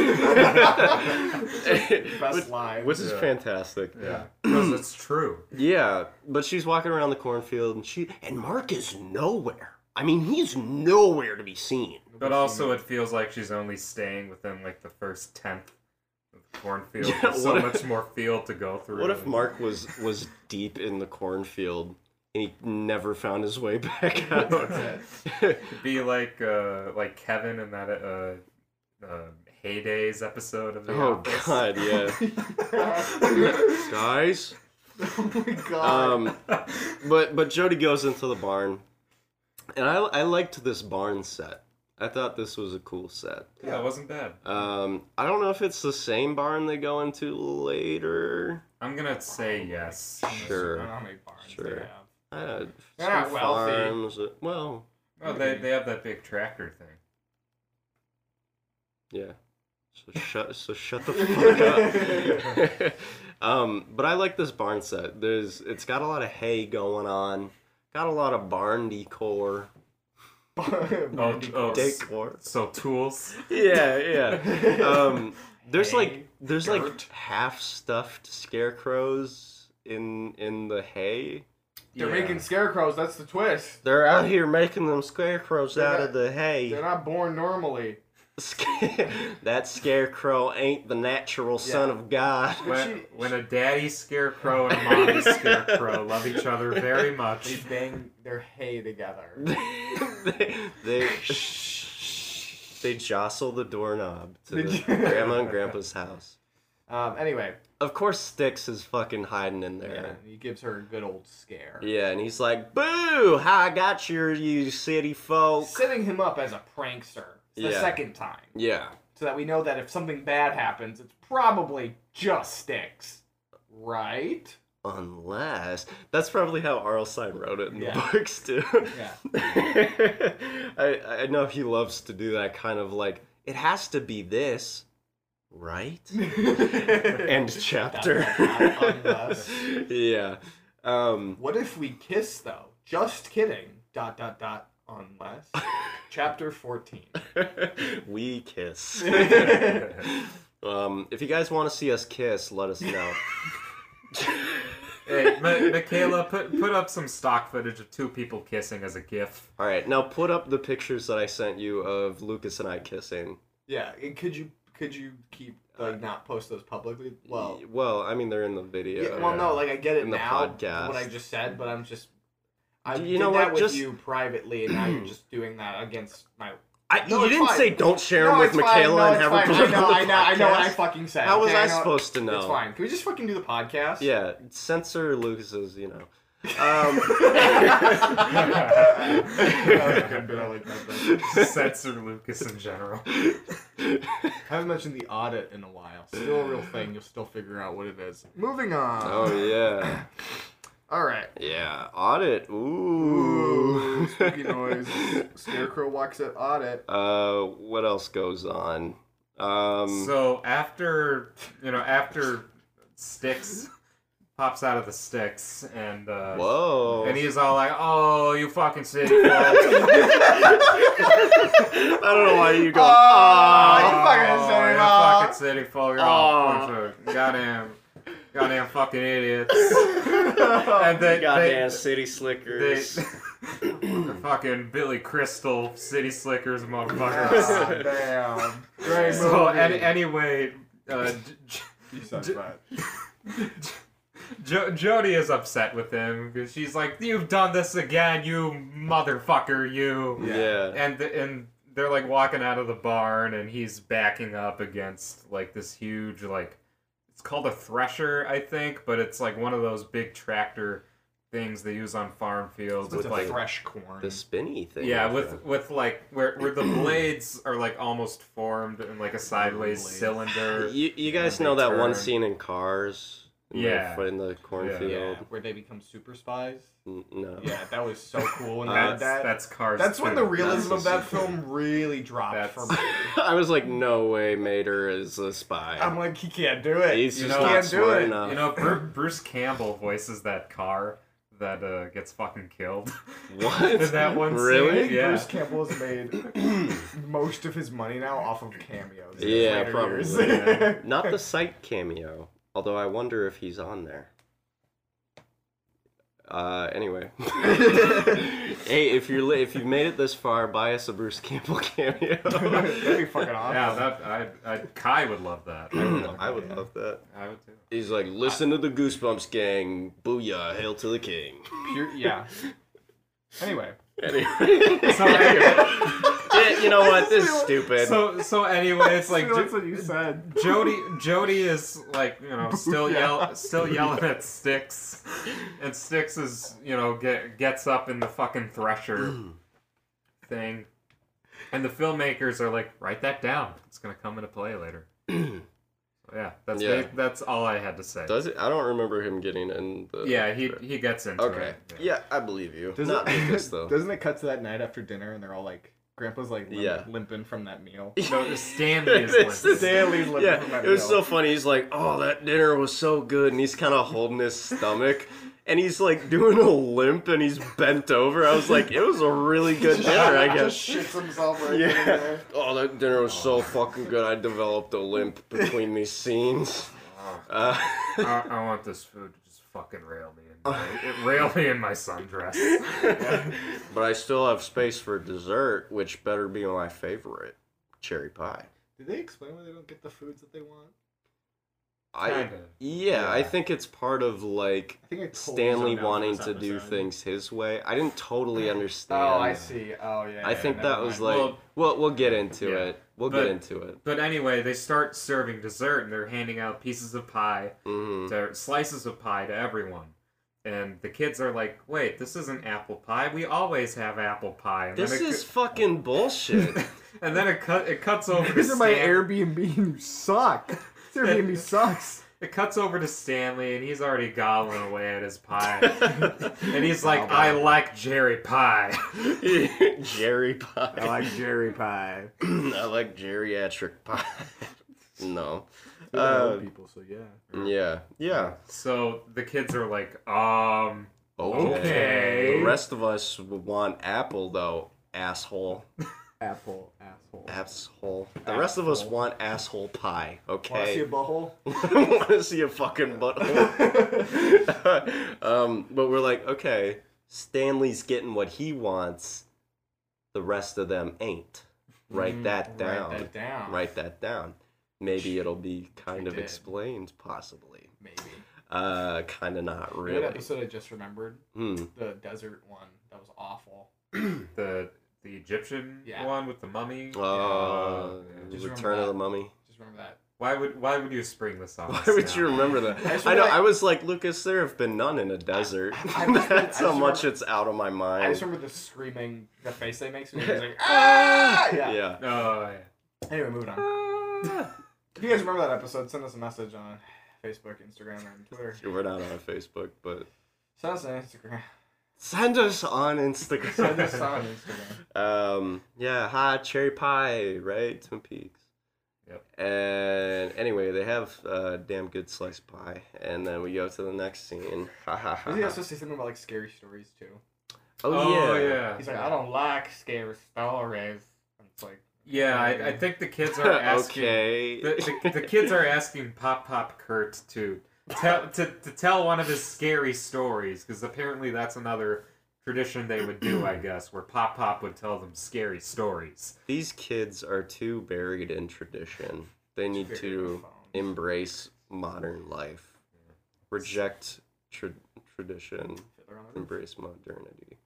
Speaker 3: Best
Speaker 1: which,
Speaker 3: line.
Speaker 1: which is fantastic.
Speaker 2: Yeah, because it's true.
Speaker 1: Yeah, but she's walking around the cornfield, and she and Mark is nowhere. I mean, he's nowhere to be seen.
Speaker 2: But also, it feels like she's only staying within like the first tenth of the cornfield.
Speaker 1: Yeah,
Speaker 2: There's so
Speaker 1: what if-
Speaker 2: much more field to go through.
Speaker 1: What if Mark was was deep in the cornfield and he never found his way back out? Oh,
Speaker 2: It'd be like uh, like Kevin in that uh, uh, Heydays episode of The
Speaker 1: oh
Speaker 2: Office?
Speaker 1: god, yeah. Guys,
Speaker 3: oh my god.
Speaker 1: um but but Jody goes into the barn. And I I liked this barn set. I thought this was a cool set.
Speaker 2: Yeah, it wasn't bad.
Speaker 1: Um I don't know if it's the same barn they go into later.
Speaker 2: I'm gonna say yes.
Speaker 1: Sure.
Speaker 4: I don't know how many barns they
Speaker 1: Sure.
Speaker 4: have.
Speaker 1: Uh,
Speaker 3: They're not
Speaker 1: some
Speaker 3: wealthy.
Speaker 1: farms, uh, well,
Speaker 2: Oh, they they have that big tractor thing.
Speaker 1: Yeah. So shut so shut the fuck up. um, but I like this barn set. There's it's got a lot of hay going on. Got a lot of barn decor.
Speaker 2: Oh, oh s-
Speaker 1: Decor.
Speaker 2: so tools.
Speaker 1: Yeah, yeah. Um, there's like there's like half stuffed scarecrows in in the hay.
Speaker 3: They're
Speaker 2: Yeah.
Speaker 3: making scarecrows. That's the twist.
Speaker 1: They're out here making them scarecrows out of the
Speaker 3: They're
Speaker 1: hay.
Speaker 3: not born normally.
Speaker 1: Sca- that scarecrow ain't the natural son of God.
Speaker 2: When,
Speaker 3: She-
Speaker 2: when a daddy scarecrow and a mommy scarecrow love each other very
Speaker 3: They
Speaker 2: much,
Speaker 3: bang their hay together.
Speaker 1: they, they, they jostle the doorknob to
Speaker 3: They
Speaker 1: the
Speaker 3: do.
Speaker 1: grandma and grandpa's house.
Speaker 3: Um. Anyway,
Speaker 1: Of course, Styx is fucking hiding in there.
Speaker 3: he gives her a good old scare,
Speaker 1: Yeah, and he's like, "Boo! How I got you, you city folk."
Speaker 3: setting him up as a prankster. It's the
Speaker 1: Yeah.
Speaker 3: second time,
Speaker 1: Yeah,
Speaker 3: so that we know that if something bad happens, it's probably just sticks, right?
Speaker 1: unless that's probably how Arlstein wrote it in
Speaker 3: Yeah.
Speaker 1: the books too.
Speaker 3: Yeah.
Speaker 1: I I know he loves to do that kind of like it has to be this, right? End chapter.
Speaker 3: Unless.
Speaker 1: yeah. Um,
Speaker 3: What if we kiss though? Just kidding. Dot dot dot. Unless. Chapter fourteen.
Speaker 1: we kiss. um, if you guys want to see us kiss, let us know.
Speaker 2: hey, Mi- Michaela, put put up some stock footage of two people kissing as a gif.
Speaker 1: All right, now put up the pictures that I sent you of Lucas and I kissing.
Speaker 3: Yeah. And could you could you keep like not post those publicly? Well.
Speaker 1: well, I mean they're in the video.
Speaker 3: Yeah, well, no. Like I get it
Speaker 1: In the
Speaker 3: now.
Speaker 1: podcast.
Speaker 3: What I just said, but I'm just. I
Speaker 1: You
Speaker 3: did
Speaker 1: know
Speaker 3: that
Speaker 1: what,
Speaker 3: with
Speaker 1: just-
Speaker 3: you privately, and now you're just doing that against my.
Speaker 1: I,
Speaker 3: No,
Speaker 1: you
Speaker 3: it's
Speaker 1: didn't
Speaker 3: fine.
Speaker 1: say don't share
Speaker 3: No,
Speaker 1: them with
Speaker 3: it's fine,
Speaker 1: Michaela
Speaker 3: no,
Speaker 1: and
Speaker 3: it's
Speaker 1: have
Speaker 3: fine.
Speaker 1: her put
Speaker 3: I
Speaker 1: them
Speaker 3: know,
Speaker 1: on the
Speaker 3: I know, I know what I
Speaker 1: podcast.
Speaker 3: fucking said.
Speaker 1: How was
Speaker 3: okay?
Speaker 1: I
Speaker 3: know-
Speaker 1: supposed to know?
Speaker 3: It's fine. Can we just fucking do the podcast?
Speaker 1: Yeah, censor Lucas's. You know. Um,
Speaker 2: Censor Lucas in general.
Speaker 4: I haven't mentioned the audit in a while. Still a real thing. You'll still figure out what it is. Moving on.
Speaker 1: oh yeah.
Speaker 3: All right.
Speaker 1: Yeah, audit. Ooh.
Speaker 4: Ooh, spooky noise. Scarecrow walks at audit.
Speaker 1: uh, what else goes on? Um,
Speaker 2: So after you know after sticks pops out of the sticks and uh,
Speaker 1: whoa.
Speaker 2: and he's all like, "Oh, you fucking city folks."
Speaker 1: I don't know why you go.
Speaker 3: Oh,
Speaker 1: Oh,
Speaker 2: "Ah."
Speaker 3: you fucking city
Speaker 2: you fucking city
Speaker 3: folk."
Speaker 2: folk, you're all a bunch of goddamn, goddamn fucking idiots. and then
Speaker 1: goddamn
Speaker 2: they,
Speaker 1: city
Speaker 2: they,
Speaker 1: slickers.
Speaker 2: the fucking Billy Crystal city slickers
Speaker 3: Ah,
Speaker 2: motherfuckers.
Speaker 3: damn. Great
Speaker 2: so
Speaker 3: movie.
Speaker 2: an anyway, uh, J- J-
Speaker 4: He says that.
Speaker 2: Jo- Jody is upset with him because she's like, "You've done this again, you motherfucker, you."
Speaker 1: Yeah.
Speaker 2: And th- and they're like walking out of the barn, and he's backing up against like this huge like it's called a thresher, I think, but it's like one of those big tractor things they use on farm fields
Speaker 4: With
Speaker 2: with like
Speaker 4: fresh corn.
Speaker 1: The spinny thing.
Speaker 2: yeah,
Speaker 1: like
Speaker 2: with
Speaker 1: that.
Speaker 2: with like where where the blades are like almost formed in like a sideways
Speaker 4: Blades.
Speaker 2: cylinder.
Speaker 1: You, you guys
Speaker 2: they
Speaker 1: know that one
Speaker 2: turn.
Speaker 1: scene in Cars? in the-
Speaker 2: Yeah.
Speaker 1: In the cornfield?
Speaker 4: yeah, where they become super spies.
Speaker 1: N- No.
Speaker 4: Yeah, that was so cool. And
Speaker 1: Uh,
Speaker 4: that,
Speaker 2: That's
Speaker 4: that
Speaker 2: that's cars.
Speaker 3: That's when the
Speaker 2: too.
Speaker 3: realism of that
Speaker 1: That's the
Speaker 3: film really dropped
Speaker 2: That's-
Speaker 3: for me.
Speaker 1: I was like, no way Mater is a spy.
Speaker 3: I'm like, he can't do it.
Speaker 1: He's
Speaker 2: you
Speaker 1: just
Speaker 2: know,
Speaker 1: not
Speaker 3: can't do
Speaker 1: smart
Speaker 3: it.
Speaker 1: enough.
Speaker 2: You know, Bruce, Bruce Campbell voices that car that uh, gets fucking killed.
Speaker 1: What?
Speaker 2: In that one scene,
Speaker 1: Really?
Speaker 3: I think
Speaker 2: yeah.
Speaker 3: Bruce Campbell has made most of his money now off of cameos. in
Speaker 1: Yeah,
Speaker 3: later
Speaker 1: probably.
Speaker 3: years.
Speaker 2: Yeah.
Speaker 1: Not the sight cameo, although I wonder if he's on there. Uh, anyway, hey, if you're li- if you've made it this far, buy us a Bruce Campbell cameo.
Speaker 3: That'd be fucking awesome.
Speaker 2: yeah, that I, I Kai would love that. I would,
Speaker 1: I would love that.
Speaker 2: I would too.
Speaker 1: He's like, listen to the Goosebumps gang, booyah, hail to the king.
Speaker 4: pure, yeah.
Speaker 3: Anyway,
Speaker 1: Anyway.
Speaker 2: So anyway,
Speaker 1: Yeah, you know what? This is stupid.
Speaker 2: so, so anyway, it's like
Speaker 3: like, that's
Speaker 2: Jo-
Speaker 3: what you said.
Speaker 2: Jody Jody is like you know still yell still yelling at Sticks, and Sticks is you know get gets up in the fucking thresher thing, and the filmmakers are like write that down. It's gonna come into play later. yeah, that's
Speaker 1: Yeah.
Speaker 2: ba- that's all I had to say.
Speaker 1: Does it? I don't remember him getting in the.
Speaker 2: yeah, he he gets into
Speaker 1: Okay.
Speaker 2: it.
Speaker 1: Yeah. I believe you.
Speaker 3: Does
Speaker 1: Not
Speaker 3: it-
Speaker 1: this though.
Speaker 3: Doesn't it cut to that night after dinner and they're all like, Grandpa's like limp,
Speaker 1: Yeah.
Speaker 3: limping from that meal?
Speaker 2: No, Stanley is
Speaker 1: This
Speaker 2: limping.
Speaker 1: is-
Speaker 3: Stanley's limping from
Speaker 1: Yeah,
Speaker 3: that
Speaker 1: it was
Speaker 3: meal.
Speaker 1: so funny. He's like, "Oh, that dinner was so good," and he's kind of holding his stomach, and he's like doing a limp, and he's bent over. I was like, "It was a really good dinner, I
Speaker 3: Just
Speaker 1: guess."
Speaker 3: shits himself right
Speaker 1: Yeah.
Speaker 3: there.
Speaker 1: Oh, that dinner was so fucking good. I developed a limp between these scenes.
Speaker 2: Oh.
Speaker 1: Uh,
Speaker 2: I, I want this food to just fucking rail me in. my- It rail me in my sundress.
Speaker 1: but I still have space for dessert, which better be my favorite, cherry pie.
Speaker 4: Did they explain why they don't get the foods that they want?
Speaker 1: I
Speaker 2: Kinda.
Speaker 1: yeah, I
Speaker 2: Yeah.
Speaker 1: think it's part of like
Speaker 4: I think I told
Speaker 1: Stanley
Speaker 4: you about
Speaker 1: wanting
Speaker 4: this
Speaker 1: to do
Speaker 4: episode.
Speaker 1: things his way. I didn't totally understand.
Speaker 4: Oh, I see. Oh, yeah.
Speaker 1: I
Speaker 4: yeah,
Speaker 1: think
Speaker 4: never
Speaker 1: that
Speaker 4: mind.
Speaker 1: was like
Speaker 2: Well-
Speaker 1: we'll we'll get into
Speaker 2: Yeah.
Speaker 1: it. We'll
Speaker 2: But-
Speaker 1: get into it.
Speaker 2: But anyway, they start serving dessert and they're handing out pieces of pie,
Speaker 1: hmm
Speaker 2: to, slices of pie to everyone. And the kids are like, wait, this isn't apple pie. We always have apple pie. And
Speaker 1: This
Speaker 2: then it,
Speaker 1: is fucking bullshit.
Speaker 2: And then it, cut, it cuts over to
Speaker 3: These are my
Speaker 2: Stan-
Speaker 3: Airbnb. You suck. This Airbnb sucks.
Speaker 2: It cuts over to Stanley and he's already gobbling away at his pie. and he's like, I like Jerry Pie.
Speaker 1: Jerry pie.
Speaker 3: like Jerry Pie.
Speaker 1: I like geriatric pie. no.
Speaker 4: They're the old
Speaker 1: Uh,
Speaker 4: people, so yeah.
Speaker 1: Yeah. Yeah.
Speaker 2: So the kids are like, um,
Speaker 1: Okay.
Speaker 2: Okay.
Speaker 1: The rest of us want apple though. Asshole.
Speaker 4: Apple, asshole.
Speaker 1: Asshole. The rest of us
Speaker 4: Asshole.
Speaker 1: want asshole pie.
Speaker 3: Want to see
Speaker 1: Okay.
Speaker 3: a butthole?
Speaker 1: want to see a fucking butthole. um, but we're like, okay, Stanley's getting what he wants. The rest of them ain't. Write that down.
Speaker 4: Mm-hmm. Write that down.
Speaker 1: Write that down. Maybe it'll be kind
Speaker 4: Sure
Speaker 1: of
Speaker 4: did.
Speaker 1: explained, possibly.
Speaker 4: Maybe.
Speaker 1: Uh, kind of not
Speaker 4: That
Speaker 1: really.
Speaker 4: episode I just remembered,
Speaker 1: Hmm.
Speaker 4: the desert one, that was awful.
Speaker 2: the the Egyptian
Speaker 4: Yeah.
Speaker 2: one with the mummy.
Speaker 1: Uh,
Speaker 4: Just
Speaker 1: Return
Speaker 4: remember
Speaker 1: of
Speaker 4: that.
Speaker 1: the Mummy.
Speaker 4: Just remember that.
Speaker 2: Why would why would you spring this on?
Speaker 1: Why
Speaker 2: us
Speaker 1: would
Speaker 2: now?
Speaker 1: you remember that?
Speaker 4: just
Speaker 1: I know.
Speaker 4: remember-
Speaker 1: I was like, Lucas, there have been none in a desert.
Speaker 4: I just- I
Speaker 1: That's
Speaker 4: just
Speaker 1: how much
Speaker 4: remember-
Speaker 1: it's out of my
Speaker 4: I just
Speaker 1: mind.
Speaker 4: remember the screaming, the face they make. So he's like,
Speaker 1: Ah!
Speaker 4: yeah.
Speaker 1: Yeah.
Speaker 2: Oh yeah.
Speaker 4: Anyway, moving on.
Speaker 1: Oh,
Speaker 3: If you guys remember that episode, send us a message on Facebook, Instagram, and Twitter.
Speaker 1: We're not on Facebook, but
Speaker 3: Send us on Instagram.
Speaker 1: Send us on
Speaker 3: Send
Speaker 1: Instagram.
Speaker 3: us on Instagram.
Speaker 1: um, yeah, hot cherry pie, right? Twin Peaks.
Speaker 2: Yep.
Speaker 1: And anyway, they have uh, damn good sliced pie, and then we go to the next scene. Ha ha
Speaker 3: Wasn't he
Speaker 1: ha.
Speaker 3: also say something about like scary stories too?
Speaker 1: Oh,
Speaker 2: Oh,
Speaker 1: yeah.
Speaker 2: yeah.
Speaker 3: He's like, I don't like scary stories. And it's like,
Speaker 2: Yeah, I, I think the kids are asking.
Speaker 1: okay.
Speaker 2: the, the, the kids are asking Pop Pop Kurt to tell to, to tell one of his scary stories because apparently that's another tradition they would do, I guess, where Pop Pop would tell them scary stories.
Speaker 1: These kids are too buried in tradition. They need
Speaker 3: very
Speaker 1: to
Speaker 3: profound.
Speaker 1: embrace modern life. reject tra- tradition,
Speaker 4: Fiddler on the Roof.
Speaker 1: embrace modernity.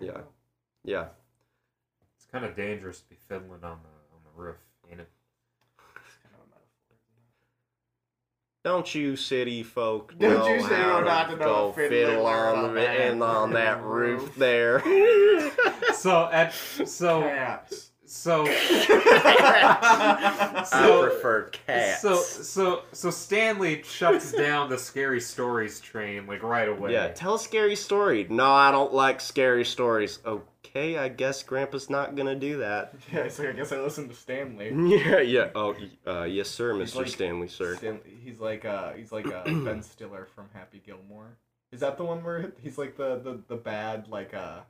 Speaker 1: Yeah, yeah.
Speaker 2: It's kind of dangerous to be fiddling on the on the roof, ain't it?
Speaker 1: Don't you city folk
Speaker 3: Don't
Speaker 1: know
Speaker 3: you say
Speaker 1: how
Speaker 3: we're not to know
Speaker 1: go
Speaker 3: a fiddler
Speaker 1: fiddle
Speaker 3: on
Speaker 1: on
Speaker 3: that
Speaker 1: and on that
Speaker 3: roof.
Speaker 1: roof there?
Speaker 2: So at so
Speaker 3: Cats.
Speaker 2: so
Speaker 1: I
Speaker 2: so
Speaker 1: prefer cats.
Speaker 2: so so so Stanley shuts down the scary stories train like right away.
Speaker 1: yeah, tell a scary story. No, I don't like scary stories. Okay, I guess Grandpa's not gonna do that.
Speaker 3: yeah, it's like I guess I listened to Stanley.
Speaker 1: Yeah, yeah. Oh, y- uh, yes, sir,
Speaker 4: He's
Speaker 1: Mr.
Speaker 4: like-
Speaker 1: Stanley, sir.
Speaker 3: Stanley. He's like uh, he's like uh, Ben Stiller from Happy Gilmore. Is that the one where he's like the the, the bad like uh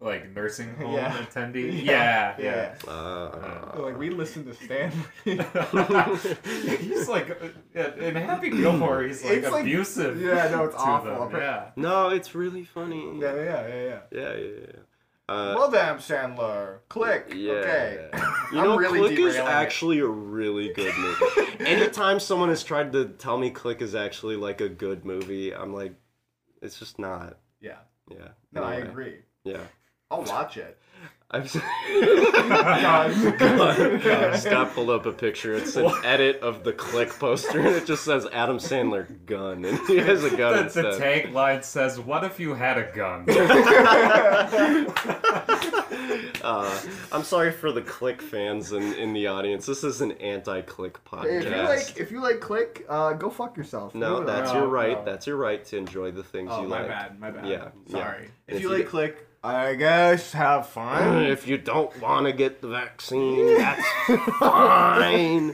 Speaker 2: Like nursing home
Speaker 3: Yeah.
Speaker 2: attendee.
Speaker 3: Yeah,
Speaker 2: Yeah.
Speaker 3: yeah.
Speaker 1: Uh,
Speaker 3: like we listened to Stanley.
Speaker 2: he's like uh, yeah, in Happy Gilmore. He's like
Speaker 3: It's like-
Speaker 2: abusive.
Speaker 3: yeah, no, it's
Speaker 2: to
Speaker 3: awful.
Speaker 2: them, Yeah.
Speaker 1: no, it's really funny.
Speaker 3: yeah, yeah, yeah, yeah.
Speaker 1: yeah, yeah. yeah. Uh,
Speaker 3: well, damn, Sandler. Click.
Speaker 1: Yeah.
Speaker 3: Okay.
Speaker 1: You
Speaker 3: I'm
Speaker 1: know,
Speaker 3: really
Speaker 1: Click is
Speaker 3: derailing it.
Speaker 1: actually a really good movie. Anytime someone has tried to tell me Click is actually like a good movie, I'm like, it's just not.
Speaker 3: Yeah.
Speaker 1: Yeah.
Speaker 3: No, I
Speaker 1: Anyway,
Speaker 3: agree.
Speaker 1: Yeah.
Speaker 3: I'll watch it.
Speaker 1: I've seen...
Speaker 3: God.
Speaker 1: God, Scott pulled up a picture. It's an edit of the Click poster, and it just says Adam Sandler gun, and he has a gun
Speaker 2: The, the
Speaker 1: instead.
Speaker 2: tagline says, "What if you had a gun?"
Speaker 1: Uh, I'm sorry for the Click fans in, in the audience. This is an anti-Click podcast.
Speaker 3: If you like, if you like, click. Uh, go fuck yourself.
Speaker 1: No,
Speaker 3: Move it
Speaker 1: that's
Speaker 3: on.
Speaker 1: your
Speaker 2: No,
Speaker 1: right.
Speaker 2: no.
Speaker 1: That's your right to enjoy the things
Speaker 4: Oh,
Speaker 1: you
Speaker 4: my
Speaker 1: like.
Speaker 4: bad, my bad.
Speaker 1: Yeah, yeah.
Speaker 4: Sorry.
Speaker 3: If,
Speaker 1: If
Speaker 3: you
Speaker 1: you
Speaker 3: like,
Speaker 1: get-
Speaker 3: click. I guess have fun.
Speaker 1: If you don't want to get the vaccine, that's fine.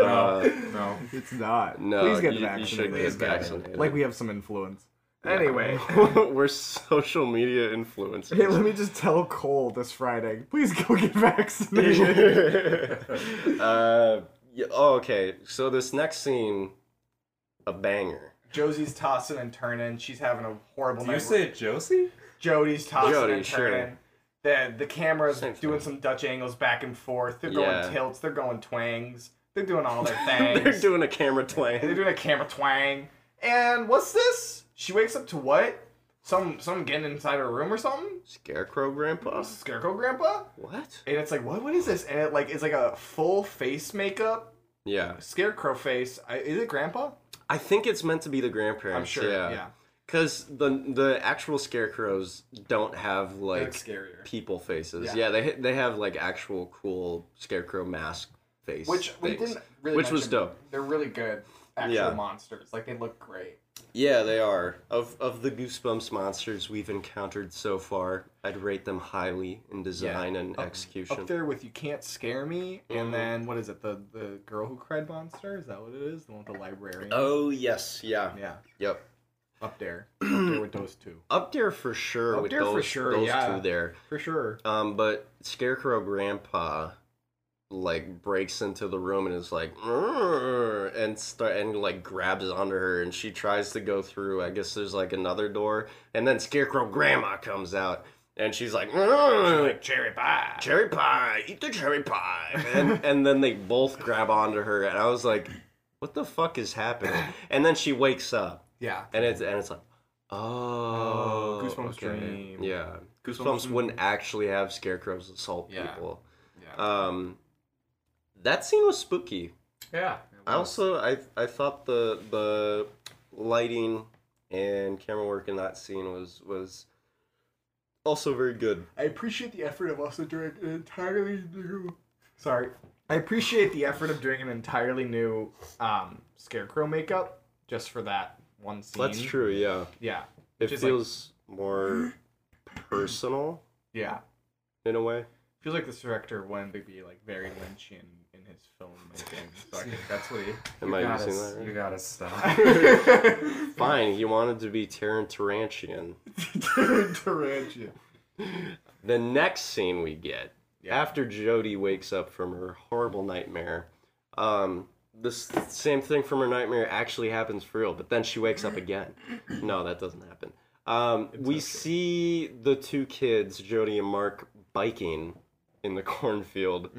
Speaker 1: Uh,
Speaker 2: no.
Speaker 3: It's not.
Speaker 1: no,
Speaker 3: please get
Speaker 1: you,
Speaker 3: vaccinated.
Speaker 1: you should
Speaker 2: Please
Speaker 1: get
Speaker 2: get it.
Speaker 1: vaccinated.
Speaker 3: Like we have some influence. Anyway.
Speaker 1: we're social media
Speaker 3: Hey, let
Speaker 1: influencers.
Speaker 3: me just tell Cole this Friday. Please go get vaccinated.
Speaker 1: uh, yeah, oh, okay. So this next scene, a banger.
Speaker 3: Josie's tossing and turning. She's having a horrible
Speaker 2: Do you say Josie?
Speaker 3: Jody's tossing
Speaker 1: Jody,
Speaker 3: and
Speaker 1: sure.
Speaker 3: turning. The the camera's
Speaker 1: Same
Speaker 3: doing
Speaker 1: thing.
Speaker 3: some Dutch angles back and forth. They're going
Speaker 1: Yeah.
Speaker 3: tilts. They're going twangs. They're doing all their things.
Speaker 1: They're doing a camera
Speaker 3: They're
Speaker 1: twang.
Speaker 3: doing a camera twang. And what's this? She wakes up to what? Some some getting inside her room or something?
Speaker 1: Scarecrow Grandpa.
Speaker 3: Scarecrow grandpa?
Speaker 1: What?
Speaker 3: And it's like, what what is this? And it like it's like a full face makeup.
Speaker 1: Yeah,
Speaker 3: Scarecrow face. I, is it grandpa?
Speaker 1: I think it's meant to be the grandparents.
Speaker 3: I'm sure.
Speaker 1: Yeah.
Speaker 3: Yeah.
Speaker 1: Because the the actual scarecrows don't have like
Speaker 3: scarier.
Speaker 1: people faces.
Speaker 3: Yeah.
Speaker 1: Yeah. they they have like actual cool scarecrow mask face.
Speaker 3: Which we
Speaker 1: things.
Speaker 3: didn't really
Speaker 1: Which was
Speaker 3: mention.
Speaker 1: dope.
Speaker 3: They're really good actual
Speaker 1: Yeah.
Speaker 3: monsters. Like they look great.
Speaker 1: Yeah, they are. Of of the Goosebumps monsters we've encountered so far, I'd rate them highly in design and
Speaker 3: Up-
Speaker 1: execution.
Speaker 3: up there with you can't scare me
Speaker 1: Mhm.
Speaker 3: and then what is it the the girl who cried monster is that what it is the one with the librarian
Speaker 1: Oh yes, yeah,
Speaker 3: yeah
Speaker 1: yep.
Speaker 3: up there up there with those two
Speaker 1: Up there for sure
Speaker 3: Up
Speaker 1: with
Speaker 3: there for
Speaker 1: those
Speaker 3: sure,
Speaker 1: those
Speaker 3: yeah.
Speaker 1: two there.
Speaker 3: for sure
Speaker 1: Um, but Scarecrow Grandpa like breaks into the room and is like "Rrrr," and start and like grabs onto her and she tries to go through. I guess there's like another door and then Scarecrow Grandma comes out and she's like, "Rrrr,
Speaker 3: cherry pie
Speaker 1: cherry pie, eat the cherry pie, and and then they both grab onto her and I was like, what the fuck is happening? And then she wakes up
Speaker 3: yeah
Speaker 1: and it's and it's like. Oh,
Speaker 3: Oh, Goosebumps
Speaker 1: okay.
Speaker 3: dream.
Speaker 1: Yeah,
Speaker 3: Goosebumps
Speaker 1: Goosebumps
Speaker 3: dream.
Speaker 1: wouldn't actually have scarecrows assault
Speaker 3: Yeah.
Speaker 1: people.
Speaker 3: yeah
Speaker 1: Um, that scene was spooky.
Speaker 2: Yeah.
Speaker 1: I also I I thought the the lighting and camera work in that scene was was also very good.
Speaker 3: i appreciate the effort of also doing an entirely new sorry i appreciate the effort of doing an entirely new um scarecrow makeup just for that one scene
Speaker 1: That's true. Yeah,
Speaker 3: yeah
Speaker 1: it
Speaker 3: Just like-
Speaker 1: feels more personal
Speaker 3: yeah
Speaker 1: in a way.
Speaker 3: feels like this director wanted to be like very lynchian in his filmmaking so i think that's what he
Speaker 1: Am I
Speaker 2: gotta,
Speaker 1: using
Speaker 2: s-
Speaker 1: that? Right?
Speaker 2: you gotta stop.
Speaker 1: Fine, he wanted to be Taran Tarantian.
Speaker 3: Tarantula.
Speaker 1: The next scene we get
Speaker 3: Yeah.
Speaker 1: after Jody wakes up from her horrible nightmare, um, this same thing from her nightmare actually happens for real. But then she wakes up again. No, that doesn't happen. Um, we see the two kids, Jody and Mark,
Speaker 4: Mm-hmm.
Speaker 1: biking in the cornfield,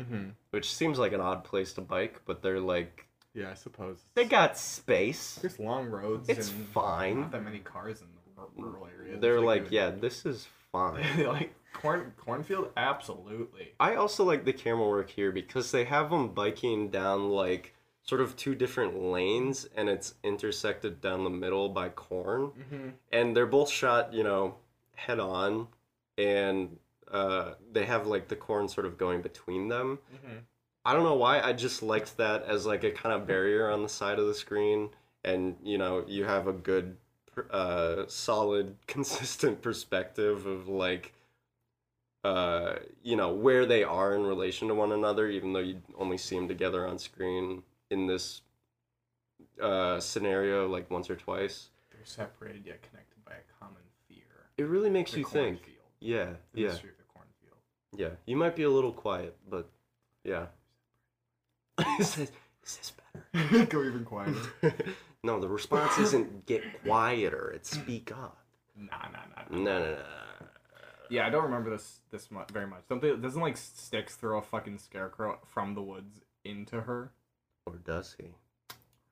Speaker 1: which seems like an odd place to bike, but they're like
Speaker 4: Yeah, I suppose.
Speaker 1: They got space.
Speaker 4: There's long roads.
Speaker 1: It's
Speaker 4: and
Speaker 1: fine.
Speaker 4: Not that many cars in the r- rural areas.
Speaker 1: They're
Speaker 4: It's
Speaker 1: like,
Speaker 4: a-
Speaker 1: yeah, this is fine.
Speaker 4: They're like corn cornfield. Absolutely.
Speaker 1: I also like the camera work here because they have them biking down like sort of two different lanes and it's intersected down the middle by corn.
Speaker 2: Mm-hmm,
Speaker 4: Mhm.
Speaker 1: And they're both shot, you know, head on and uh, they have like the corn sort of going between them.
Speaker 2: mm-hmm.
Speaker 4: Mhm.
Speaker 1: I don't know why, I just liked that as like a kind of barrier on the side of the screen. And, you know, you have a good, per- uh, solid, consistent perspective of like uh, you know where they are in relation to one another, even though you only see them together on screen in this uh, scenario like once or twice.
Speaker 4: They're separated yet connected by a common fear.
Speaker 1: It really makes
Speaker 4: The
Speaker 1: you think.
Speaker 4: cornfield.
Speaker 1: Yeah,
Speaker 4: The
Speaker 1: yeah,
Speaker 4: mystery of the cornfield.
Speaker 1: yeah. You might be a little quiet, but yeah. is, this, is this
Speaker 4: Go even quieter.
Speaker 1: better? no, the response isn't get quieter. It's speak up.
Speaker 4: nah, nah, nah.
Speaker 1: No, no, no. no.
Speaker 4: Yeah, I don't remember this this much very much. Don't they, doesn't like sticks throw a fucking scarecrow from the woods into her?
Speaker 1: Or does he?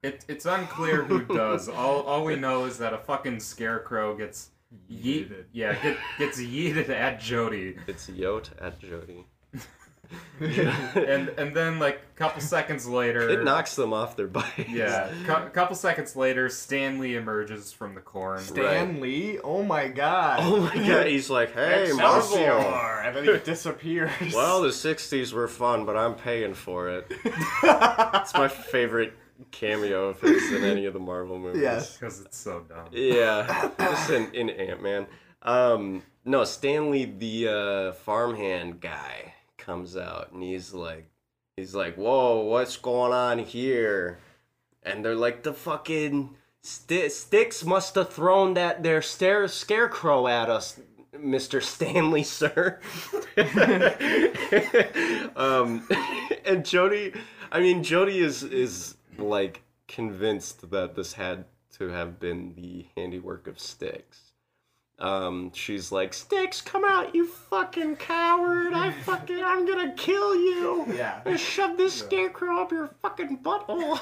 Speaker 2: It, it's unclear who does. All, all we know is that a fucking scarecrow gets yeeted. Yeah, get, gets yeeted at Jody.
Speaker 1: It's Yote at Jody.
Speaker 2: And and then like a couple seconds later,
Speaker 1: It knocks them off their bikes.
Speaker 2: Yeah, a couple seconds later, Stanley emerges from the corn.
Speaker 3: Stan Lee? Oh my god.
Speaker 1: Oh my god, he's like, hey, Marvel.
Speaker 3: Excelsior. And then he disappears.
Speaker 1: Well, the 60s were fun, but I'm paying for it. it's my favorite cameo of his in any of the Marvel movies.
Speaker 3: Yes.
Speaker 2: Because it's so dumb.
Speaker 1: Yeah, just in, in Ant Man. Um, no, Stanley, the uh, farmhand guy, comes out and he's like, he's like, whoa, what's going on here? And they're like, the fucking sti sticks must have thrown that their stare- scarecrow at us, Mister Stanley, sir. um, and Jody, I mean, Jody is is like convinced that this had to have been the handiwork of sticks. Um, she's like, "Sticks, come out, you fucking coward! I fucking, I'm gonna kill you!
Speaker 3: Yeah.
Speaker 1: I shove this scarecrow up your fucking butthole."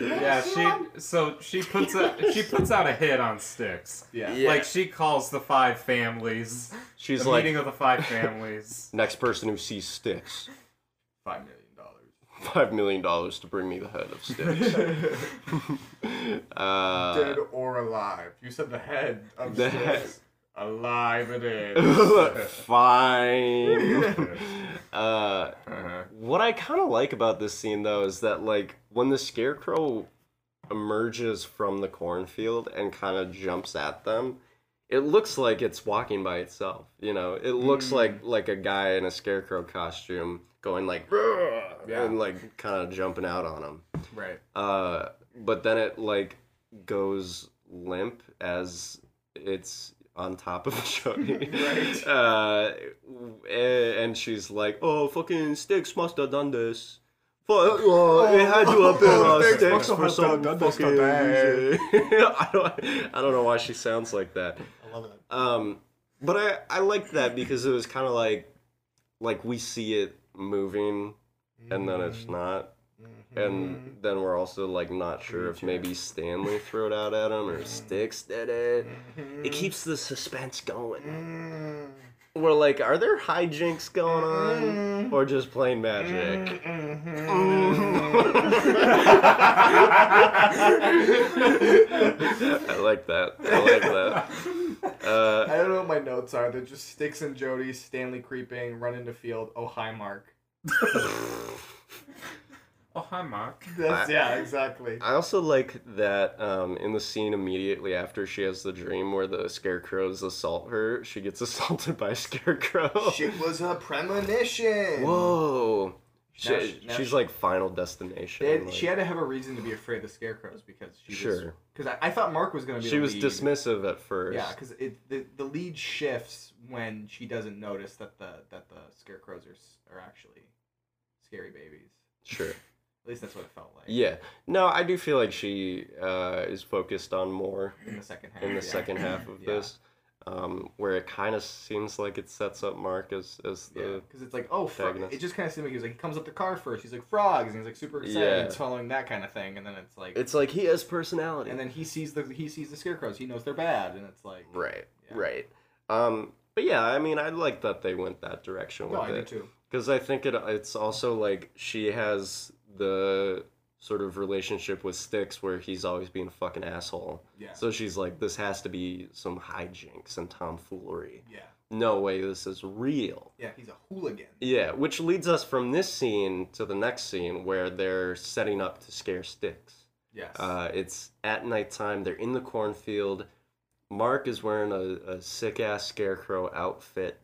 Speaker 2: Yeah, she so she puts a she puts out a hit on sticks.
Speaker 3: Yeah.
Speaker 1: Yeah.
Speaker 2: Like she calls the five families.
Speaker 1: She's
Speaker 2: the
Speaker 1: like,
Speaker 2: meeting of the five families.
Speaker 1: "Next person who sees sticks,
Speaker 4: Five million dollars.
Speaker 1: five million dollars to bring me the head of sticks." uh,
Speaker 3: Dead or alive. You said the head of
Speaker 1: The
Speaker 3: the
Speaker 1: head.
Speaker 3: Alive it
Speaker 2: Oh,
Speaker 3: is.
Speaker 1: fine. uh, What I kind of like about this scene though is that like when the scarecrow emerges from the cornfield and kind of jumps at them, it looks like it's walking by itself. You know, it looks
Speaker 2: Mm.
Speaker 1: like like a guy in a scarecrow costume going like "Rah!"
Speaker 4: Yeah.
Speaker 1: and like kind of jumping out on him.
Speaker 4: Right.
Speaker 1: Uh, but then it like goes limp as it's on top of Jody. right. Uh, w- and she's like, "Oh, fucking sticks must have done this." Fu- oh, it had to have been
Speaker 3: Oh,
Speaker 1: uh,
Speaker 3: Sticks
Speaker 1: sticks
Speaker 3: must have
Speaker 1: for some
Speaker 3: done
Speaker 1: fucking
Speaker 3: this today.
Speaker 1: reason. I don't, I don't know why she sounds like that.
Speaker 3: I love it.
Speaker 1: Um, but I I liked that because it was kind of like, like we see it moving, and then
Speaker 3: Mm.
Speaker 1: it's not
Speaker 3: Mm-hmm.
Speaker 1: and then we're also like not sure if maybe Stanley threw it out at him or Sticks did it.
Speaker 3: Mm-hmm. Mm.
Speaker 1: It keeps the suspense going. We're like, are there hijinks going on or just plain magic? Mm-hmm. I like that.
Speaker 3: Mm-hmm.
Speaker 1: I like that. Uh,
Speaker 3: I don't know what my notes are. They're just Sticks and Jody, Stanley creeping, run into field. Oh, hi, Mark.
Speaker 2: Oh hi Mark.
Speaker 3: That's, yeah, exactly.
Speaker 1: I also like that um, in the scene immediately after she has the dream where the scarecrows assault her, she gets assaulted by a scarecrow.
Speaker 3: Shit was a premonition.
Speaker 1: Oh. Whoa.
Speaker 4: Now
Speaker 1: She-
Speaker 4: she- now
Speaker 1: she's
Speaker 4: she-
Speaker 1: like final destination.
Speaker 4: They-
Speaker 1: like-
Speaker 4: she had to have a reason to be afraid of the scarecrows because she
Speaker 1: Sure.
Speaker 4: Because I, I thought Mark was gonna be.
Speaker 1: she
Speaker 4: the
Speaker 1: was
Speaker 4: lead.
Speaker 1: dismissive at first.
Speaker 4: Yeah, because the the lead shifts when she doesn't notice that the that the scarecrows are s- are actually scary babies.
Speaker 1: Sure.
Speaker 4: At least that's what it felt like.
Speaker 1: Yeah. No, I do feel like she uh, is focused on more
Speaker 4: In the second half.
Speaker 1: in the
Speaker 4: yeah.
Speaker 1: second half of
Speaker 4: Yeah.
Speaker 1: this. um, where it kind of seems like it sets up Mark as as
Speaker 4: Yeah,
Speaker 1: the
Speaker 4: because it's like, oh, frog.
Speaker 1: protagonist.
Speaker 4: it just kind of seemed like he was like, he comes up the car first. He's like frogs, and he's like super excited.
Speaker 1: Yeah.
Speaker 4: and It's following that kind of thing, and then it's like,
Speaker 1: it's like he has personality.
Speaker 4: and then he sees the he sees the scarecrows. He knows they're bad, and it's like,
Speaker 1: right,
Speaker 4: Yeah.
Speaker 1: right. Um, but yeah, I mean, I like that they went that direction
Speaker 4: no,
Speaker 1: with
Speaker 4: I do
Speaker 1: it
Speaker 4: too.
Speaker 1: because I think it it's also like she has the sort of relationship with Sticks where he's always being a fucking asshole.
Speaker 4: Yeah,
Speaker 1: So she's like, this has to be some hijinks and tomfoolery.
Speaker 4: yeah,
Speaker 1: No way, this is real.
Speaker 4: yeah. He's a hooligan.
Speaker 1: Yeah, which leads us from this scene to the next scene where they're setting up to scare sticks.
Speaker 4: Yes.
Speaker 1: Uh, it's at nighttime, they're in the cornfield. Mark is wearing a, a sick ass scarecrow outfit.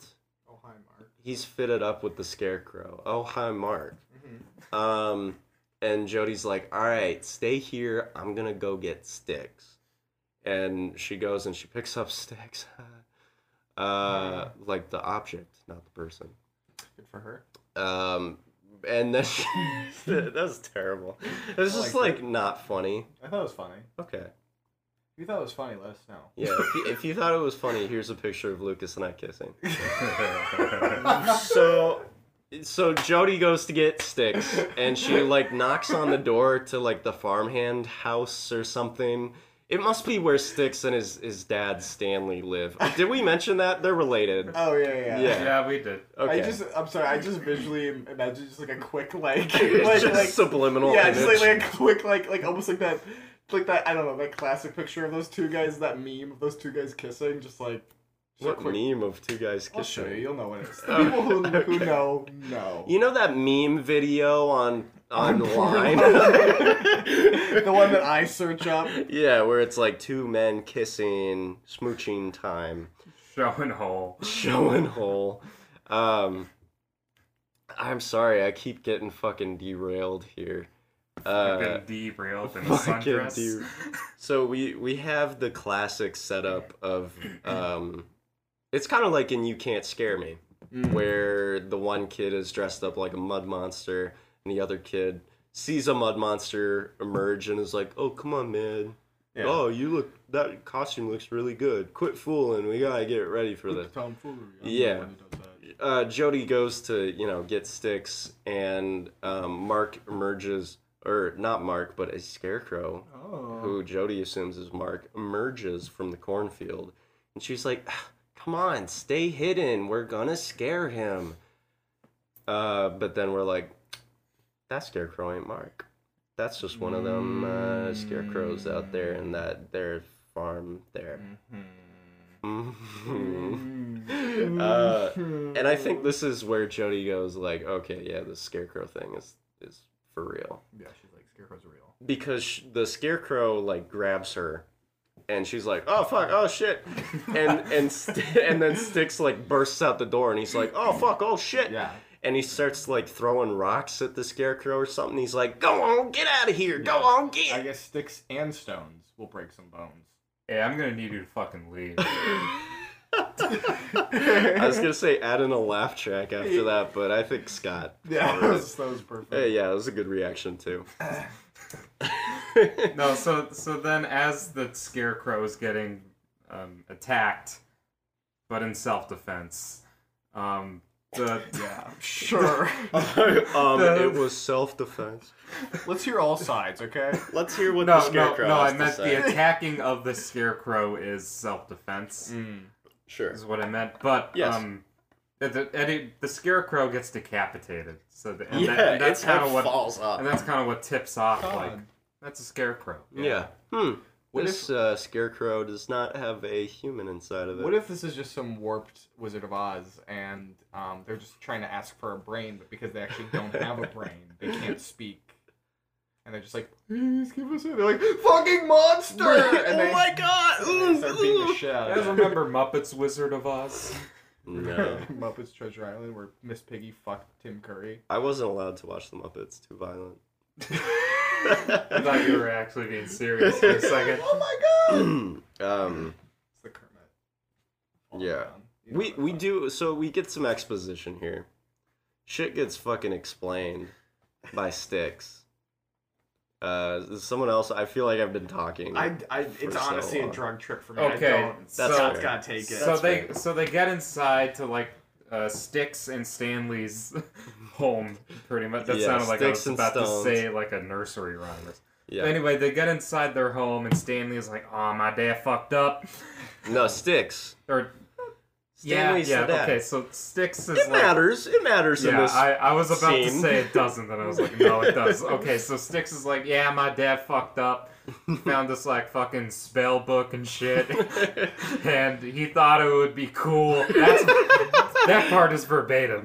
Speaker 4: oh hi, Mark.
Speaker 1: He's fitted up with the scarecrow. Oh, hi, Mark.
Speaker 4: Mhm.
Speaker 1: Um, and Jody's like, "All right, stay here. I'm gonna go get sticks." And she goes and she picks up sticks, uh, like the object, not the person.
Speaker 4: Good for her.
Speaker 1: Um, and then she, that was terrible. It was
Speaker 4: I
Speaker 1: just
Speaker 4: liked
Speaker 1: like not funny.
Speaker 4: I thought it was funny.
Speaker 1: Okay.
Speaker 4: If you thought it was funny, let us know.
Speaker 1: Yeah. If you, if you thought it was funny, here's a picture of Lucas and I kissing. So, so Jody goes to get sticks, and she like knocks on the door to like the farmhand house or something. It must be where Sticks and his, his dad Stanley live. Did we mention that they're related?
Speaker 3: Oh yeah, yeah.
Speaker 1: Yeah.
Speaker 2: Yeah, we did.
Speaker 1: Okay.
Speaker 3: I just, I'm sorry. I just visually im- imagine just like a quick like,
Speaker 1: it's
Speaker 3: like,
Speaker 1: just
Speaker 3: like
Speaker 1: subliminal.
Speaker 3: yeah,
Speaker 1: image.
Speaker 3: just like, like a quick like, like almost like that, like that. I don't know, that classic picture of those two guys, that meme of those two guys kissing, just like. just a
Speaker 1: what
Speaker 3: quick-
Speaker 1: meme of two guys kissing?
Speaker 3: I'll show you. You'll know what it is. The
Speaker 1: Oh,
Speaker 3: people who, who
Speaker 1: okay.
Speaker 3: know know.
Speaker 1: You know that meme video on online?
Speaker 3: the one that I search up.
Speaker 1: yeah, where it's like two men kissing, smooching time,
Speaker 2: Show and hole.
Speaker 1: showing hole. Um, I'm sorry, I keep getting fucking derailed here. Uh,
Speaker 2: Fucking derailed in a
Speaker 1: fucking
Speaker 2: sundress.
Speaker 1: de- so we we have the classic setup of um, it's kind of like in You Can't Scare Me. where the one kid is dressed up like a mud monster and the other kid sees a mud monster emerge and is like, "Oh, come on, man.
Speaker 3: Yeah.
Speaker 1: Oh, you look that costume looks really good. Quit fooling. We got to get ready for this."
Speaker 3: Tomfoolery. I'm the
Speaker 1: Yeah.
Speaker 3: one who does that.
Speaker 1: Uh, Jody goes to, you know, get sticks and um, Mark emerges or not Mark, but a scarecrow
Speaker 3: Oh.
Speaker 1: who Jody assumes is Mark, emerges from the cornfield. And she's like, "Ah, Come on, stay hidden. We're gonna scare him. Uh, but then we're like, That scarecrow ain't Mark. That's just one of them uh, scarecrows out there in that their farm there.
Speaker 2: Mm. Mm-hmm.
Speaker 3: Mm.
Speaker 1: Mhm. uh, and I
Speaker 4: Mm.
Speaker 1: think this is where Jody goes like, okay, yeah, this scarecrow thing is is for real
Speaker 4: Yeah, she's like scarecrow's real.
Speaker 1: because sh- the scarecrow like grabs her and she's like oh fuck oh shit and and st- and then sticks like bursts out the door and he's like oh fuck oh shit
Speaker 4: Yeah.
Speaker 1: and he starts like throwing rocks at the scarecrow or something he's like go on get out of here go
Speaker 4: Yeah.
Speaker 1: on
Speaker 4: I
Speaker 1: get
Speaker 4: guess sticks and stones will break some bones.
Speaker 2: Hey, I'm gonna need you to fucking leave.
Speaker 1: I was gonna say add in a laugh track after that but I think Scott
Speaker 3: Yeah, that was, that was perfect.
Speaker 1: hey yeah that was a good reaction too
Speaker 2: no, so so then as the scarecrow is getting um, attacked, but in self defense, um, the
Speaker 3: Yeah, sure.
Speaker 1: um it was self defense
Speaker 3: Let's hear all sides, okay?
Speaker 1: let's hear what the
Speaker 2: no no
Speaker 1: scarecrow
Speaker 2: no, I
Speaker 1: has to
Speaker 2: meant
Speaker 1: say.
Speaker 2: the attacking of the scarecrow is self defense.
Speaker 1: Mm.
Speaker 4: Mm.
Speaker 1: sure
Speaker 2: Is what I meant, but
Speaker 1: Yes.
Speaker 2: um, the the, and it- the scarecrow gets decapitated. So the, and,
Speaker 1: yeah
Speaker 2: that, and that's
Speaker 1: it's how
Speaker 2: kind of what
Speaker 1: falls off
Speaker 2: and that's kind of what tips off like
Speaker 3: God.
Speaker 2: that's a scarecrow.
Speaker 1: Yeah. Hmm.
Speaker 4: What
Speaker 1: this uh, scarecrow does not have a human inside of it.
Speaker 4: What if this is just some warped Wizard of Oz and um, they're just trying to ask for a brain, but because they actually don't have a brain, they can't speak. And they're just like, please give us it. They're like, fucking monster! And they,
Speaker 1: Oh god!
Speaker 4: and they start beating the shit out
Speaker 2: You
Speaker 4: of
Speaker 2: guys
Speaker 4: it.
Speaker 2: remember Muppets Wizard of Oz?
Speaker 1: no,
Speaker 4: Muppets Treasure Island where Miss Piggy fucked Tim Curry.
Speaker 1: I wasn't allowed to watch the Muppets. Too violent.
Speaker 2: I thought you were actually being serious for a second.
Speaker 4: Oh my god!
Speaker 1: um,
Speaker 4: It's the Kermit.
Speaker 1: Yeah.
Speaker 4: You know
Speaker 1: we
Speaker 4: that
Speaker 1: we
Speaker 4: song.
Speaker 1: do so we get some exposition here. Shit gets fucking explained by sticks. Uh, someone else. I feel like I've been talking.
Speaker 3: I, I,
Speaker 1: For
Speaker 3: it's
Speaker 1: so
Speaker 3: honestly
Speaker 1: long.
Speaker 3: a drug trip for me.
Speaker 2: Okay,
Speaker 3: I don't.
Speaker 2: that's
Speaker 3: Scott's
Speaker 1: fair.
Speaker 3: gotta take it.
Speaker 2: so
Speaker 1: That's
Speaker 2: they
Speaker 1: fair.
Speaker 2: so they get inside to like uh, sticks and Stanley's home, pretty much. That
Speaker 1: Yeah,
Speaker 2: sounded like I
Speaker 1: Sticks
Speaker 2: was
Speaker 1: and
Speaker 2: about
Speaker 1: Stones.
Speaker 2: to say like a nursery rhyme. Or something.
Speaker 1: yeah.
Speaker 2: Anyway, they get inside their home and Stanley is like, "Oh, my dad fucked up,"
Speaker 1: No sticks.
Speaker 2: or
Speaker 1: Stanley's
Speaker 2: yeah,
Speaker 1: the
Speaker 2: yeah.
Speaker 1: dad.
Speaker 2: Okay, so sticks is
Speaker 1: It
Speaker 2: like
Speaker 1: matters. It matters in
Speaker 2: Yeah,
Speaker 1: this.
Speaker 2: I, I was about to
Speaker 1: scene.
Speaker 2: say it doesn't, and I was like, no, it does. Okay, so Styx is like, yeah, my dad fucked up. Found this, like, fucking spell book and shit. and he thought it would be cool. That's, that part is verbatim.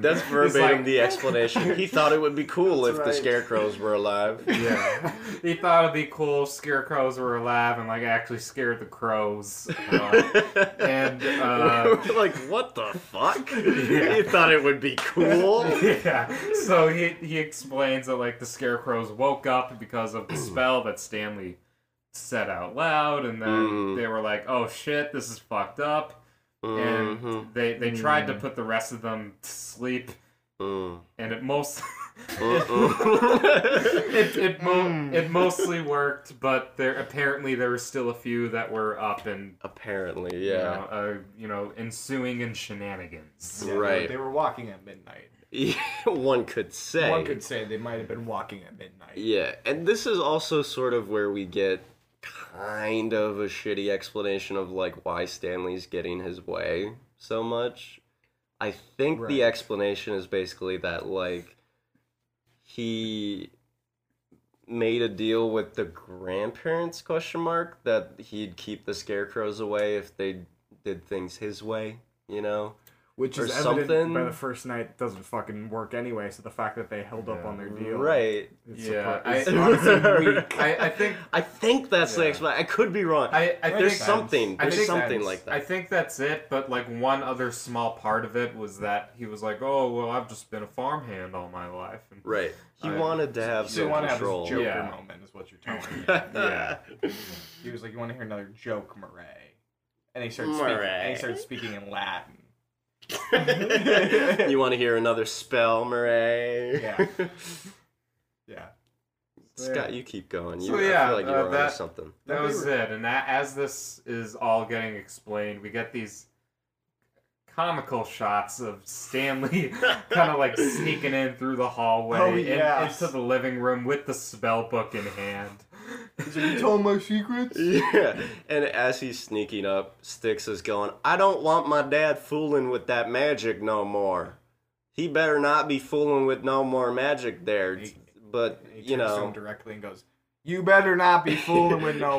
Speaker 1: That's
Speaker 2: He's
Speaker 1: verbatim
Speaker 2: like,
Speaker 1: the explanation. He thought it would be cool if
Speaker 3: That's
Speaker 1: the
Speaker 3: right.
Speaker 1: scarecrows were alive.
Speaker 2: Oh Yeah. He thought it'd be cool if scarecrows were alive and, like, actually scared the crows. Uh, and, uh,
Speaker 1: We're like, what the fuck? You thought it would be cool?
Speaker 2: yeah. So he he explains that like the scarecrows woke up because of the spell that Stanley said out loud, and then
Speaker 1: Mm.
Speaker 2: they were like, "Oh shit, this is fucked up."
Speaker 1: Mhm.
Speaker 2: And they they tried to put the rest of them to sleep,
Speaker 1: Mm.
Speaker 2: and it most
Speaker 1: Mm-mm.
Speaker 2: it it, mo-
Speaker 3: Mm.
Speaker 2: it mostly worked, but there apparently there were still a few that were up and.
Speaker 1: Apparently,
Speaker 2: you
Speaker 1: yeah.
Speaker 2: know, uh, you know, ensuing in shenanigans.
Speaker 4: Yeah, they were-
Speaker 1: Right.
Speaker 4: They were walking at midnight.
Speaker 1: One could say.
Speaker 4: One could say they might have been walking at midnight.
Speaker 1: Yeah, and this is also sort of where we get kind of a shitty explanation of like why Stanley's getting his way so much. I think
Speaker 4: Right.
Speaker 1: the explanation is basically that like he made a deal with the grandparents question mark that he'd keep the scarecrows away if they did things his way, you know?
Speaker 3: Which
Speaker 1: or
Speaker 3: is evident
Speaker 1: something.
Speaker 3: by the first night doesn't fucking work anyway. So the fact that they held up
Speaker 2: Yeah.
Speaker 3: on their deal,
Speaker 1: Right.
Speaker 3: It's
Speaker 2: Yeah,
Speaker 3: surpri- it's
Speaker 2: I-
Speaker 3: honestly weak.
Speaker 2: I, I think
Speaker 1: I think that's the
Speaker 2: Yeah.
Speaker 1: explanation. I could be wrong.
Speaker 2: I, I
Speaker 1: There's
Speaker 2: think
Speaker 4: sense.
Speaker 1: something.
Speaker 2: I
Speaker 1: There's
Speaker 2: think-
Speaker 1: something
Speaker 4: sense.
Speaker 1: like that.
Speaker 2: I think that's it, but like one other small part of it was that he was like, "Oh well, I've just been a farmhand all my life." And,
Speaker 1: Right. He
Speaker 2: I-
Speaker 1: wanted to have
Speaker 4: So you
Speaker 1: some
Speaker 4: want to have
Speaker 1: control.
Speaker 4: this Joker
Speaker 2: Yeah.
Speaker 4: moment is what you're telling me.
Speaker 2: Yeah.
Speaker 4: he was like, "You want to hear another joke, Murray?" And he started
Speaker 1: Murray.
Speaker 4: speaking. And he started speaking in Latin.
Speaker 1: you want to hear another spell, Murray?
Speaker 4: Yeah. Yeah.
Speaker 1: Scott, you keep going. You,
Speaker 2: So,
Speaker 1: I
Speaker 2: yeah,
Speaker 1: feel like you
Speaker 2: uh,
Speaker 1: were onto
Speaker 2: that-
Speaker 1: something.
Speaker 2: That
Speaker 4: That'd be
Speaker 2: was
Speaker 4: re-
Speaker 2: it. And a- as this is all getting explained, we get these comical shots of Stanley kind of like sneaking in through the hallway
Speaker 4: Oh,
Speaker 2: in-
Speaker 4: yes.
Speaker 2: into the living room with the spell book in hand.
Speaker 4: He's like, "You tell him my secrets."
Speaker 1: Yeah. And as he's sneaking up, Styx is going, I don't want my dad fooling with that magic no more. He better not be fooling with no more magic there.
Speaker 4: He-
Speaker 1: But,
Speaker 4: And he
Speaker 1: you
Speaker 4: turns to him
Speaker 1: know.
Speaker 4: directly and goes,
Speaker 3: You better not be fooling with no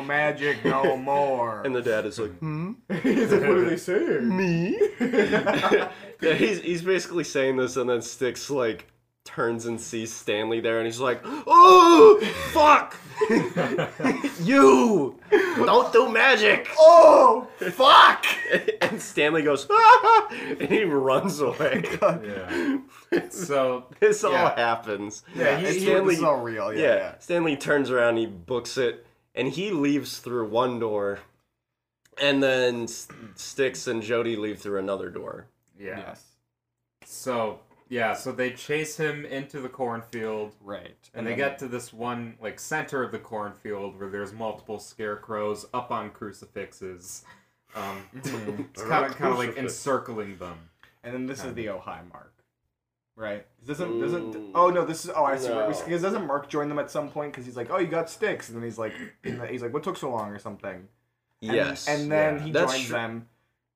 Speaker 3: magic no more.
Speaker 1: And the dad is like, hmm?
Speaker 3: He's like, what are they saying?
Speaker 1: Me? yeah, he's he's basically saying this, and then Sticks like turns and sees Stanley there, and he's like, "Oh, fuck, you don't do magic."
Speaker 3: oh, fuck!
Speaker 1: And Stanley goes, "Ah!" and he runs away.
Speaker 2: yeah. So
Speaker 1: This all
Speaker 2: Yeah.
Speaker 1: happens.
Speaker 2: Yeah, he-
Speaker 3: it's,
Speaker 2: he
Speaker 3: real-
Speaker 1: only-
Speaker 3: this is all real. Yeah,
Speaker 1: yeah.
Speaker 3: yeah.
Speaker 1: Stanley turns around, he books it, and he leaves through one door, and then S- Sticks and Jody leave through another door.
Speaker 2: yeah.
Speaker 4: "Yes,
Speaker 2: So yeah, so they chase him into the cornfield,
Speaker 4: right."
Speaker 2: and they get to this one like center of the cornfield where there's multiple scarecrows up on crucifixes. Um, it's kind of kind of like
Speaker 1: Crucifix.
Speaker 2: encircling them.
Speaker 4: And then this is the Ojai mark, right?
Speaker 3: Doesn't
Speaker 1: Mm.
Speaker 3: doesn't oh no this is oh I see
Speaker 1: No.
Speaker 3: because doesn't Mark join them at some point because he's like oh you got sticks and then he's like and then he's like what took so long or something and,
Speaker 1: yes.
Speaker 3: and then
Speaker 2: yeah.
Speaker 3: he
Speaker 1: That's
Speaker 3: joins
Speaker 1: tr-
Speaker 3: them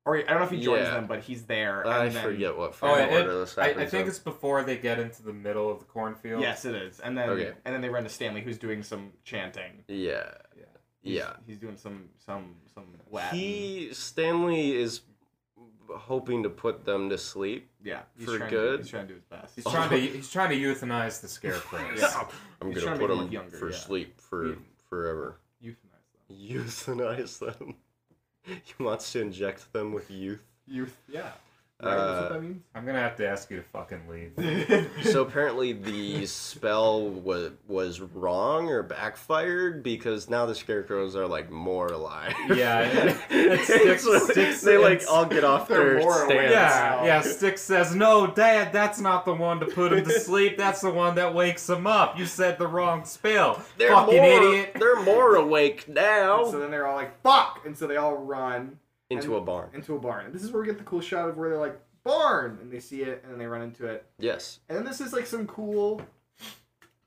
Speaker 3: or I don't know if he joins
Speaker 1: Yeah.
Speaker 3: them but he's there
Speaker 1: I
Speaker 3: and then,
Speaker 1: forget what
Speaker 2: Oh,
Speaker 1: frame
Speaker 2: it,
Speaker 1: order this
Speaker 2: I,
Speaker 1: happens
Speaker 2: I think
Speaker 1: in.
Speaker 2: it's before they get into the middle of the cornfield.
Speaker 4: Yes, it is. And then
Speaker 1: Okay.
Speaker 4: and then they run to Stanley, who's doing some chanting.
Speaker 1: yeah,
Speaker 2: Yeah.
Speaker 4: He's-
Speaker 1: yeah.
Speaker 4: he's doing some some some Latin.
Speaker 1: He Stanley is hoping to put them to sleep.
Speaker 4: yeah, he's
Speaker 1: for
Speaker 4: trying
Speaker 1: good. Oh,
Speaker 4: To, he's trying to do his best.
Speaker 2: He's trying to he's trying to euthanize the scarecrows.
Speaker 4: Yeah.
Speaker 1: I'm
Speaker 4: He's
Speaker 1: gonna
Speaker 4: trying to make
Speaker 1: put
Speaker 4: them
Speaker 1: them
Speaker 4: look younger,
Speaker 1: for
Speaker 4: yeah.
Speaker 1: sleep for
Speaker 4: Yeah.
Speaker 1: forever.
Speaker 4: euthanize them.
Speaker 1: Euthanize them. He wants to inject them with youth.
Speaker 4: Youth, yeah.
Speaker 3: Right? That's what
Speaker 1: Uh,
Speaker 3: that means.
Speaker 2: I'm gonna have to ask you to fucking leave.
Speaker 1: so apparently the spell was was wrong or backfired because now the scarecrows are like more alive.
Speaker 2: Yeah, it- it
Speaker 1: It's
Speaker 2: sticks-
Speaker 1: like-
Speaker 2: sticks-
Speaker 1: they like
Speaker 2: it's-
Speaker 1: all get off
Speaker 3: They're
Speaker 1: their
Speaker 3: more aware
Speaker 1: stands.
Speaker 2: Yeah, yeah. Stick says, "No, Dad, that's not the one to put him to sleep. That's the one that wakes him up. You said the wrong spell,
Speaker 1: They're
Speaker 2: fucking
Speaker 1: more,
Speaker 2: idiot."
Speaker 1: They're more awake
Speaker 3: So
Speaker 1: now.
Speaker 3: then they're all like, fuck! And so they all run
Speaker 1: Into a barn.
Speaker 3: into a barn. And this is where we get the cool shot of where they're like, barn! And they see it and then they run into it.
Speaker 1: Yes.
Speaker 3: And then this is like some cool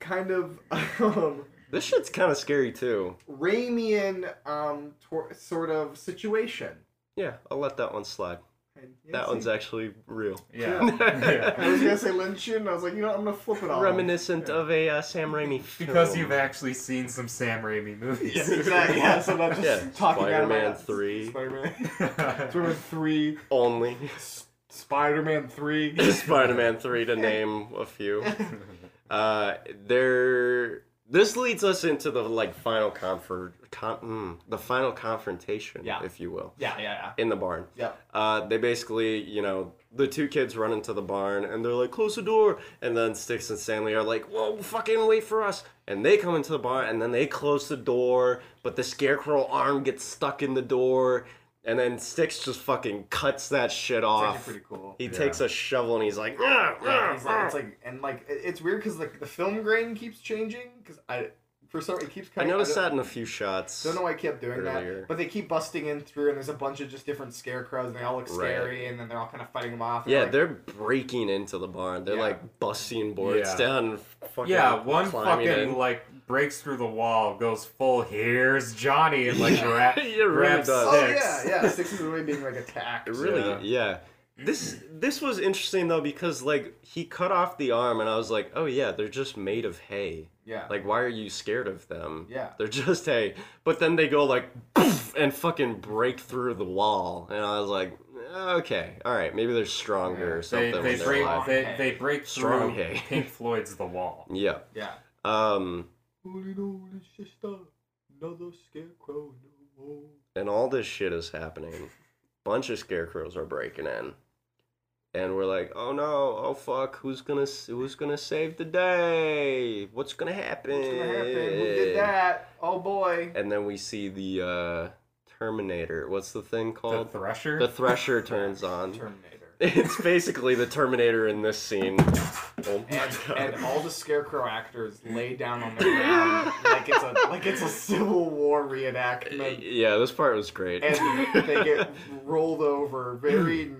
Speaker 3: kind of um,
Speaker 1: This shit's kind of scary too.
Speaker 3: Ramian um, tor- sort of situation.
Speaker 1: Yeah, I'll let that one slide.
Speaker 3: And, you know,
Speaker 1: That
Speaker 3: see-
Speaker 1: one's actually real.
Speaker 2: Yeah,
Speaker 3: I was gonna say Lynchian, and I was like, you know, what, I'm gonna flip it all.
Speaker 1: Reminiscent of a uh, Sam Raimi film.
Speaker 2: because you've actually seen some Sam Raimi movies.
Speaker 3: Yeah, exactly. Yeah, so I'm not just
Speaker 1: Yeah,
Speaker 3: talking
Speaker 1: Spider-Man
Speaker 3: out of my ass.
Speaker 1: 3.
Speaker 3: Spider-Man. Spider-Man three.
Speaker 1: only
Speaker 3: S- Spider-Man three.
Speaker 1: Spider-Man 3 to name a few. Uh, there this leads us into the like final comfort con- mm, the final confrontation,
Speaker 4: Yeah.
Speaker 1: if you will,
Speaker 4: Yeah, yeah, yeah.
Speaker 1: in the barn.
Speaker 3: yeah.
Speaker 1: Uh, they basically, you know, the two kids run into the barn and they're like, close the door. And then Sticks and Stanley are like, whoa, fucking wait for us. And they come into the barn and then they close the door, but the scarecrow arm gets stuck in the door. And then Sticks just fucking cuts that shit
Speaker 3: It's
Speaker 1: off.
Speaker 3: actually pretty cool.
Speaker 1: He
Speaker 2: Yeah.
Speaker 1: takes a shovel and he's like, "Ah, ah,
Speaker 3: Yeah, he's like,
Speaker 1: ah."
Speaker 3: it's like, and like, it- it's weird because like the film grain keeps changing because I, for some, it keeps.
Speaker 1: I
Speaker 3: Cutting,
Speaker 1: noticed
Speaker 3: don't-
Speaker 1: that in a few shots.
Speaker 3: Don't know why I kept doing
Speaker 1: earlier.
Speaker 3: that, but they keep busting in through, and there's a bunch of just different scarecrows, and they all look
Speaker 1: Right.
Speaker 3: scary, and then they're all kind of fighting them off. and
Speaker 1: Yeah,
Speaker 3: like,
Speaker 1: they're breaking into the barn. They're
Speaker 3: Yeah.
Speaker 1: like busting boards
Speaker 2: Yeah.
Speaker 1: down. and Fucking
Speaker 2: yeah, one
Speaker 1: climbing
Speaker 2: fucking
Speaker 1: in.
Speaker 2: like breaks through the wall, goes full. Here's Johnny, and like gra-
Speaker 1: It really
Speaker 2: grabs
Speaker 1: does.
Speaker 3: Oh yeah,
Speaker 2: sticks.
Speaker 3: yeah. Six is really being like attacked.
Speaker 1: It really, yeah. This this was interesting though because like he cut off the arm and I was like, oh yeah, they're just made of hay.
Speaker 3: Yeah.
Speaker 1: Like why are you scared of them?
Speaker 3: Yeah.
Speaker 1: They're just hay. But then they go like poof, and fucking break through the wall and I was like, okay, all right, maybe they're stronger or something.
Speaker 2: They, they
Speaker 1: when they're
Speaker 2: break
Speaker 1: alive.
Speaker 2: they, they break
Speaker 1: Strong
Speaker 2: through
Speaker 1: hay.
Speaker 2: Pink Floyd's The Wall.
Speaker 1: yeah.
Speaker 3: Yeah.
Speaker 1: Um. And all this shit is happening. Bunch of scarecrows are breaking in, and we're like, "Oh no! Oh fuck! Who's gonna s- Who's gonna save the day? What's gonna happen?
Speaker 3: What's gonna happen? Who did that? Oh boy.
Speaker 1: And then we see the uh, Terminator. What's the thing
Speaker 2: The
Speaker 1: called?
Speaker 2: Thresher.
Speaker 1: The Thresher turns on.
Speaker 4: Terminator.
Speaker 1: It's basically the Terminator in this scene. Oh my
Speaker 3: And,
Speaker 1: god!
Speaker 3: and all the scarecrow actors lay down on the ground like it's a like it's a civil war reenactment,
Speaker 1: yeah, this part was great.
Speaker 3: and they get rolled over very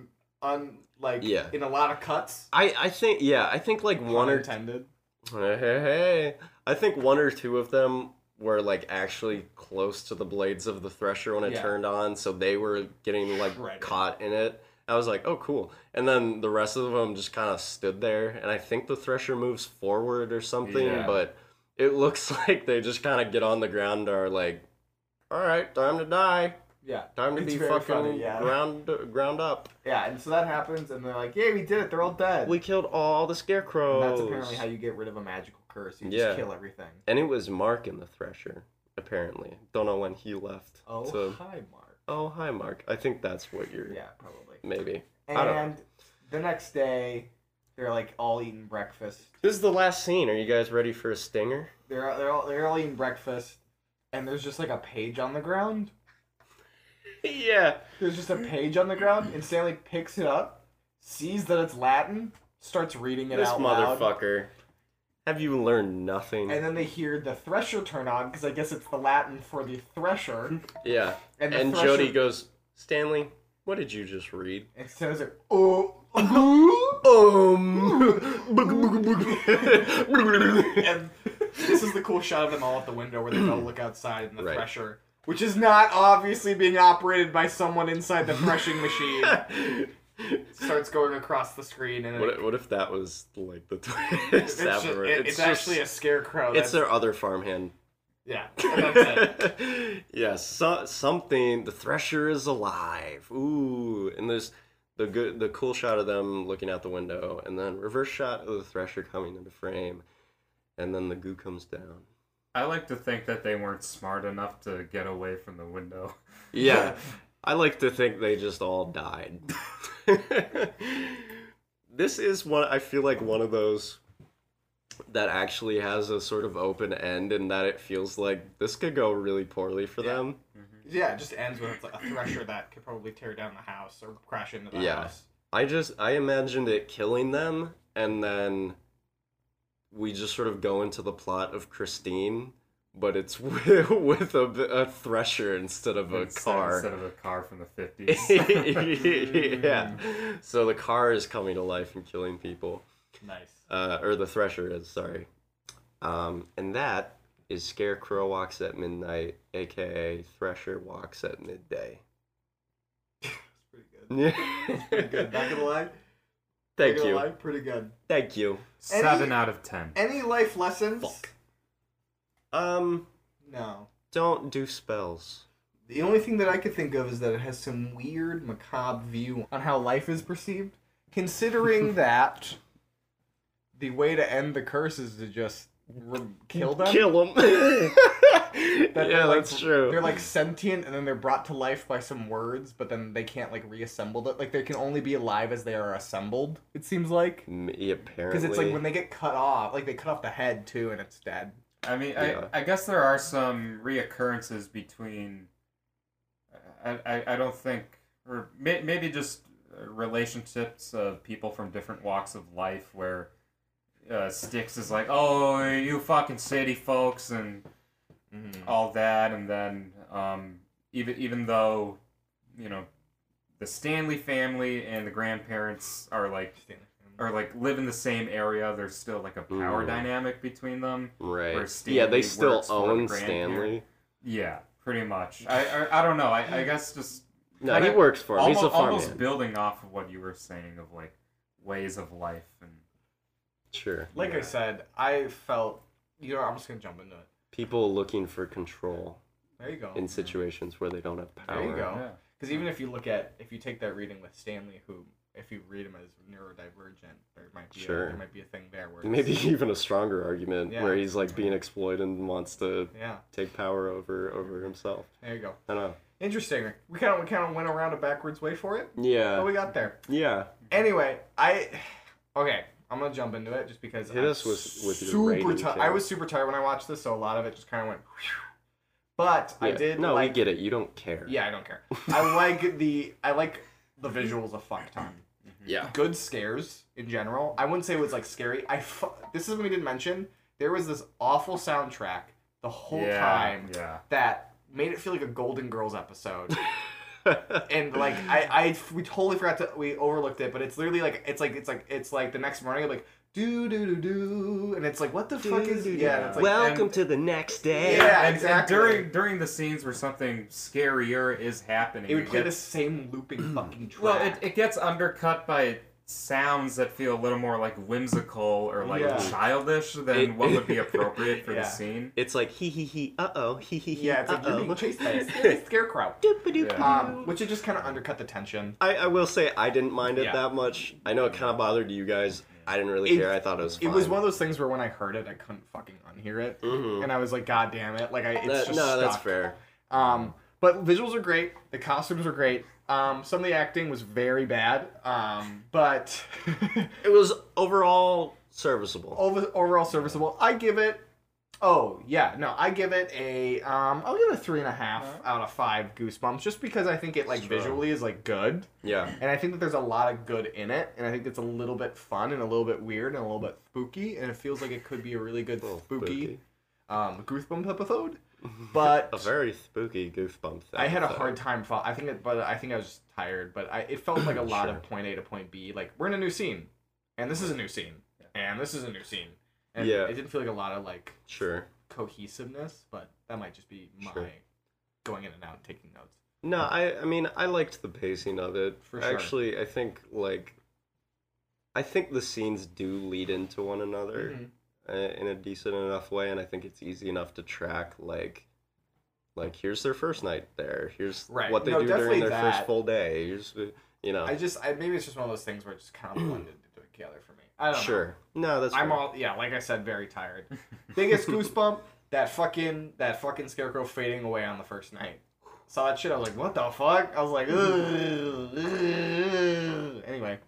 Speaker 3: un like
Speaker 1: Yeah.
Speaker 3: in a lot of cuts.
Speaker 1: I, I think yeah I think like one or
Speaker 4: intended.
Speaker 1: Hey, hey, hey. I think one or two of them were like actually close to the blades of the thresher when it
Speaker 4: Yeah.
Speaker 1: turned on, so they were getting like
Speaker 4: Shredded.
Speaker 1: caught in it. I was like, oh, cool. And then the rest of them just kind of stood there, and I think the thresher moves forward or something,
Speaker 2: Yeah.
Speaker 1: but it looks like they just kind of get on the ground and are like, all right, time to die.
Speaker 3: Yeah.
Speaker 1: Time to
Speaker 3: It's
Speaker 1: be
Speaker 3: very
Speaker 1: fucking
Speaker 3: funny, yeah.
Speaker 1: ground ground up.
Speaker 3: Yeah, and so that happens and they're like, Yay, we did it, they're all dead.
Speaker 1: We killed all the
Speaker 3: And
Speaker 1: scarecrows.
Speaker 3: that's apparently how you get rid of a magical curse. You just
Speaker 1: Yeah.
Speaker 3: kill everything.
Speaker 1: And it was Mark in the Thresher, apparently. Don't know when he left.
Speaker 3: Oh
Speaker 1: So,
Speaker 3: hi Mark.
Speaker 1: oh, hi, Mark. I think that's what you're.
Speaker 3: Yeah, probably.
Speaker 1: Maybe. I don't know.
Speaker 3: And the next day they're like all eating breakfast.
Speaker 1: This is the last scene. Are you guys ready for a stinger?
Speaker 3: They're they're all, they're all eating breakfast, and there's just like a page on the ground.
Speaker 1: yeah.
Speaker 3: There's just a page on the ground, and Stanley picks it up, sees that it's Latin, starts reading it
Speaker 1: This
Speaker 3: out loud,
Speaker 1: motherfucker. Have you learned nothing?
Speaker 3: and then they hear the thresher turn on because I guess it's the Latin for the thresher.
Speaker 1: yeah.
Speaker 3: And, the
Speaker 1: And
Speaker 3: thresher,
Speaker 1: Jody goes, Stanley, what did you just read?
Speaker 3: and Stanley's like, oh,
Speaker 1: Um.
Speaker 3: and this is the cool shot of them all at the window where they all look outside and the
Speaker 1: Right.
Speaker 3: thresher. Which is not obviously being operated by someone inside the threshing machine. starts going across the screen, and then it
Speaker 1: What if, what if that was like the twist?
Speaker 3: It's, just,
Speaker 1: afterward?
Speaker 3: it- it's,
Speaker 1: just-
Speaker 3: actually a scarecrow.
Speaker 1: it's
Speaker 3: That's,
Speaker 1: their other farmhand.
Speaker 3: yeah. and That's it.
Speaker 1: yeah, so, something. The Thresher is alive. Ooh, and there's the good, the cool shot of them looking out the window, and then reverse shot of the Thresher coming into frame, and then the goo comes down.
Speaker 2: I like to think that they weren't smart enough to get away from the window.
Speaker 1: Yeah, I like to think they just all died. this is one I feel like one of those that actually has a sort of open end and that it feels like this could go really poorly for
Speaker 4: Yeah.
Speaker 1: them.
Speaker 4: Yeah, it just ends with like a thresher that could probably tear down the house or crash into the
Speaker 1: Yeah.
Speaker 4: house.
Speaker 1: I just I imagined it killing them and then we just sort of go into the plot of Christine, but it's with, with a, a thresher instead of a
Speaker 2: Instead-
Speaker 1: car.
Speaker 2: instead of a car from the fifties.
Speaker 1: yeah. So the car is coming to life and killing people.
Speaker 4: Nice.
Speaker 1: Uh, or the thresher is, sorry. Um, and that is Scarecrow Walks at Midnight, aka Thresher Walks at Midday.
Speaker 3: It's pretty good. Pretty good. Not
Speaker 1: Thank
Speaker 3: gonna lie. not gonna
Speaker 1: you.
Speaker 3: Lie, pretty good.
Speaker 1: Thank you.
Speaker 2: Seven out of ten.
Speaker 3: Any life lessons?
Speaker 1: Fuck. Um,
Speaker 3: No.
Speaker 1: don't do spells.
Speaker 3: The only thing that I could think of is that it has some weird, macabre view on how life is perceived. Considering that the way to end the curse is to just re- kill them.
Speaker 1: Kill them.
Speaker 3: That
Speaker 1: yeah,
Speaker 3: they're, like,
Speaker 1: that's true.
Speaker 3: They're like sentient, and then they're brought to life by some words, but then they can't like reassemble it. Like they can only be alive as they are assembled. It seems like
Speaker 1: M- yeah, apparently.
Speaker 3: because it's like when they get cut off, like they cut off the head too, and it's dead.
Speaker 2: I mean,
Speaker 1: Yeah.
Speaker 2: I, I guess there are some reoccurrences between. I, I, I don't think, or may, maybe just uh, relationships of people from different walks of life where uh, Styx is like, oh, you fucking city folks, and
Speaker 3: Mm-hmm.
Speaker 2: all that, and then um, even even though you know the Stanley family and the grandparents are like are like live in the same area, there's still like a power
Speaker 1: Ooh.
Speaker 2: dynamic between them. where
Speaker 1: right. Yeah,
Speaker 2: Stanley
Speaker 1: they still
Speaker 2: works for the
Speaker 1: own
Speaker 2: grandparent.
Speaker 1: Stanley.
Speaker 2: Yeah, pretty much. I I, I don't know. I, I guess just
Speaker 1: No,
Speaker 2: Kinda
Speaker 1: he works for him.
Speaker 2: almost,
Speaker 1: He's a
Speaker 2: almost
Speaker 1: farmhand.
Speaker 2: building off of what you were saying of like ways of life and
Speaker 1: Sure.
Speaker 3: Like I
Speaker 2: Yeah.
Speaker 3: said, I felt. You know, I'm just gonna jump into it.
Speaker 1: People looking for control
Speaker 3: There you go.
Speaker 1: in situations where they don't have power.
Speaker 3: Oh, There you go.
Speaker 2: yeah.
Speaker 3: Because even if you look at, if you take that reading with Stanley, who, if you read him as neurodivergent, there might be
Speaker 1: Sure.
Speaker 3: a, there might be a thing there where it's-
Speaker 1: Maybe even a stronger argument
Speaker 3: Yeah.
Speaker 1: where he's like being exploited and wants to
Speaker 3: yeah.
Speaker 1: take power over over himself.
Speaker 3: There you go.
Speaker 1: I don't know.
Speaker 3: Interesting. We kind of we kind of went around a backwards way for it, but
Speaker 1: Yeah.
Speaker 3: we got there.
Speaker 1: Yeah.
Speaker 3: Anyway, I okay. I'm gonna jump into it just because
Speaker 1: Hit
Speaker 3: I'm
Speaker 1: us with- with your
Speaker 3: super
Speaker 1: rating,
Speaker 3: tired.
Speaker 1: too.
Speaker 3: I was super tired when I watched this, so a lot of it just kind of went. Whew. But I
Speaker 1: Yeah.
Speaker 3: did
Speaker 1: No,
Speaker 3: like
Speaker 1: we get it. You don't care.
Speaker 3: Yeah, I don't care. I like the I like the visuals a fuck ton.
Speaker 1: Yeah.
Speaker 3: Good scares in general. I wouldn't say it was like scary. I fu- this is what we didn't mention. There was this awful soundtrack the whole
Speaker 2: yeah,
Speaker 3: time
Speaker 2: Yeah.
Speaker 3: that made it feel like a Golden Girls episode. and like I, I we totally forgot to we overlooked it, but it's literally like it's like it's like it's like the next morning like do do do do, and it's like what the fuck is yeah? and It's like, um,
Speaker 1: Welcome
Speaker 2: and-
Speaker 1: to the next day.
Speaker 3: Yeah,
Speaker 2: and,
Speaker 3: exactly.
Speaker 2: and during during the scenes where something scarier is happening,
Speaker 3: it would play
Speaker 2: gets-
Speaker 3: the same looping fucking track.
Speaker 2: Well, it, it gets undercut by sounds that feel a little more like whimsical or like
Speaker 3: Yeah.
Speaker 2: childish than
Speaker 1: It-
Speaker 2: what would be appropriate for
Speaker 3: Yeah.
Speaker 2: the scene.
Speaker 1: It's like hee hee hee. Uh oh. Hee hee hee.
Speaker 3: yeah, it's like you're
Speaker 1: uh
Speaker 3: being chased by a scary scarecrow.
Speaker 1: oh.
Speaker 2: Yeah.
Speaker 3: Um, which it just kind of undercut the tension.
Speaker 1: I, I will say I didn't mind it
Speaker 3: Yeah.
Speaker 1: that much. I know it kind of bothered you guys. I didn't really
Speaker 3: It-
Speaker 1: care. I thought it was. Fine.
Speaker 3: It was one of those things where when I heard it, I couldn't fucking unhear it,
Speaker 1: Mhm.
Speaker 3: and I was like, "God damn it!" Like I, it's
Speaker 1: That-
Speaker 3: just
Speaker 1: no, that's
Speaker 3: stuck.
Speaker 1: fair.
Speaker 3: Um, but visuals are great. The costumes are great. Um, some of the acting was very bad. Um, but
Speaker 1: It was overall serviceable.
Speaker 3: over, overall serviceable. I give it. Oh yeah, no, I give it a. Um, I'll give it a three and a half out of five goosebumps, just because I think it like
Speaker 2: Strong.
Speaker 3: visually is like good,
Speaker 1: Yeah.
Speaker 3: and I think that there's a lot of good in it, and I think it's a little bit fun and a little bit weird and a little bit spooky, and it feels like it could be a really good
Speaker 1: Little
Speaker 3: spooky, um, goosebump episode. But
Speaker 1: A very spooky goosebump.
Speaker 3: I had a
Speaker 1: episode.
Speaker 3: hard time. Fo- I think, it, but I think I was just tired. But I, it felt like a lot of point A to point B. Like we're in a new scene, and this is a new scene, and this is a new scene. And
Speaker 1: Yeah.
Speaker 3: it didn't feel like a lot of like
Speaker 1: Sure.
Speaker 3: cohesiveness. But that might just be my
Speaker 1: Sure.
Speaker 3: going in and out, and taking notes.
Speaker 1: No, I I mean I liked the pacing of it.
Speaker 3: For sure.
Speaker 1: Actually, I think like I think the scenes do lead into one another
Speaker 3: Mhm.
Speaker 1: uh, in a decent enough way and I think it's easy enough to track like like here's their first night there. Here's
Speaker 3: Right.
Speaker 1: what they
Speaker 3: No,
Speaker 1: do during
Speaker 3: definitely
Speaker 1: their first
Speaker 3: that.
Speaker 1: full day. Here's uh, you know.
Speaker 3: I just, I maybe it's just one of those things where it just kind of blended together for me. I don't know.
Speaker 1: sure. No, that's
Speaker 3: I'm
Speaker 1: fair.
Speaker 3: all yeah, like I said, very tired. Biggest goosebump that fucking that fucking scarecrow fading away on the first night. saw that shit. I was like, what the fuck? I was like, "Ugh, ugh." anyway,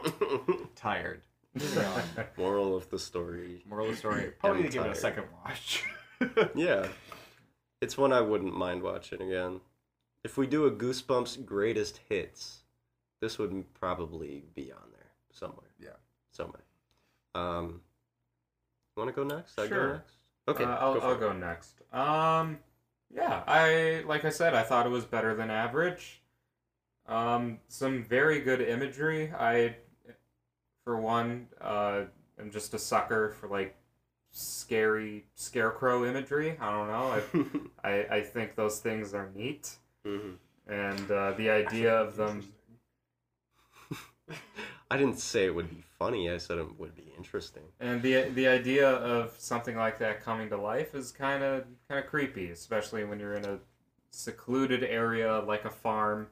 Speaker 3: tired. Moving on.
Speaker 1: Moral of the story.
Speaker 3: Moral of the story. Probably
Speaker 1: I'm
Speaker 3: need to give it a
Speaker 1: tired.
Speaker 3: second watch.
Speaker 1: Yeah. It's one I wouldn't mind watching again. If we do a Goosebumps greatest hits, this would probably be on there somewhere.
Speaker 3: Yeah.
Speaker 1: Somewhere. Um, want to go next? I
Speaker 2: Sure.
Speaker 1: go next? Okay.
Speaker 2: Uh, I'll,
Speaker 1: go for
Speaker 2: I'll
Speaker 1: it.
Speaker 2: go next. Um, yeah, I like I said, I thought it was better than average. Um, some very good imagery. I, for one, uh, am just a sucker for like scary scarecrow imagery. I don't know. I I, I think those things are neat,
Speaker 1: Mhm.
Speaker 2: and uh, the idea of them.
Speaker 1: I didn't say it would be funny. I said it would be interesting.
Speaker 2: And the the idea of something like that coming to life is kind of kind of creepy, especially when you're in a secluded area like a farm.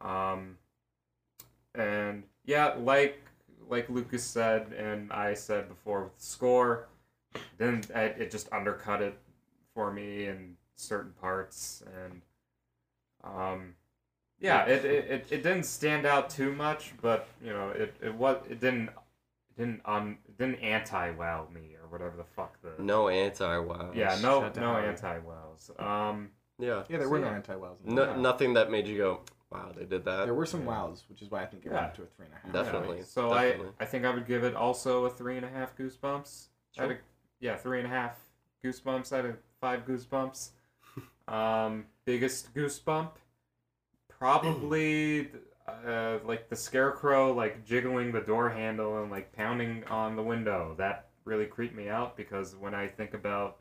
Speaker 2: Um, and yeah, like like Lucas said and I said before with the score, then I, it just undercut it for me in certain parts and um, yeah, it, it, it, it didn't stand out too much, but you know it, it was it didn't it didn't um it didn't anti wow me or whatever the fuck the
Speaker 1: No anti wow.
Speaker 2: yeah no
Speaker 3: Shut
Speaker 2: no
Speaker 3: down.
Speaker 2: anti wows um
Speaker 1: Yeah.
Speaker 3: Yeah, there
Speaker 2: So,
Speaker 3: were no
Speaker 2: yeah.
Speaker 3: anti wows.
Speaker 1: No,
Speaker 2: Yeah.
Speaker 1: Nothing that made you go, wow, they did that.
Speaker 3: There were some
Speaker 2: Yeah.
Speaker 3: wows, which is why I think it
Speaker 2: Yeah.
Speaker 3: went up to a three and a half.
Speaker 1: Definitely,
Speaker 2: Yeah, So
Speaker 1: definitely.
Speaker 2: I I think I would give it also a three and a half goosebumps. Out of, yeah, three and a half goosebumps out of five goosebumps. um, biggest goosebump, probably uh, like the scarecrow like jiggling the door handle and like pounding on the window. That really creeped me out because when I think about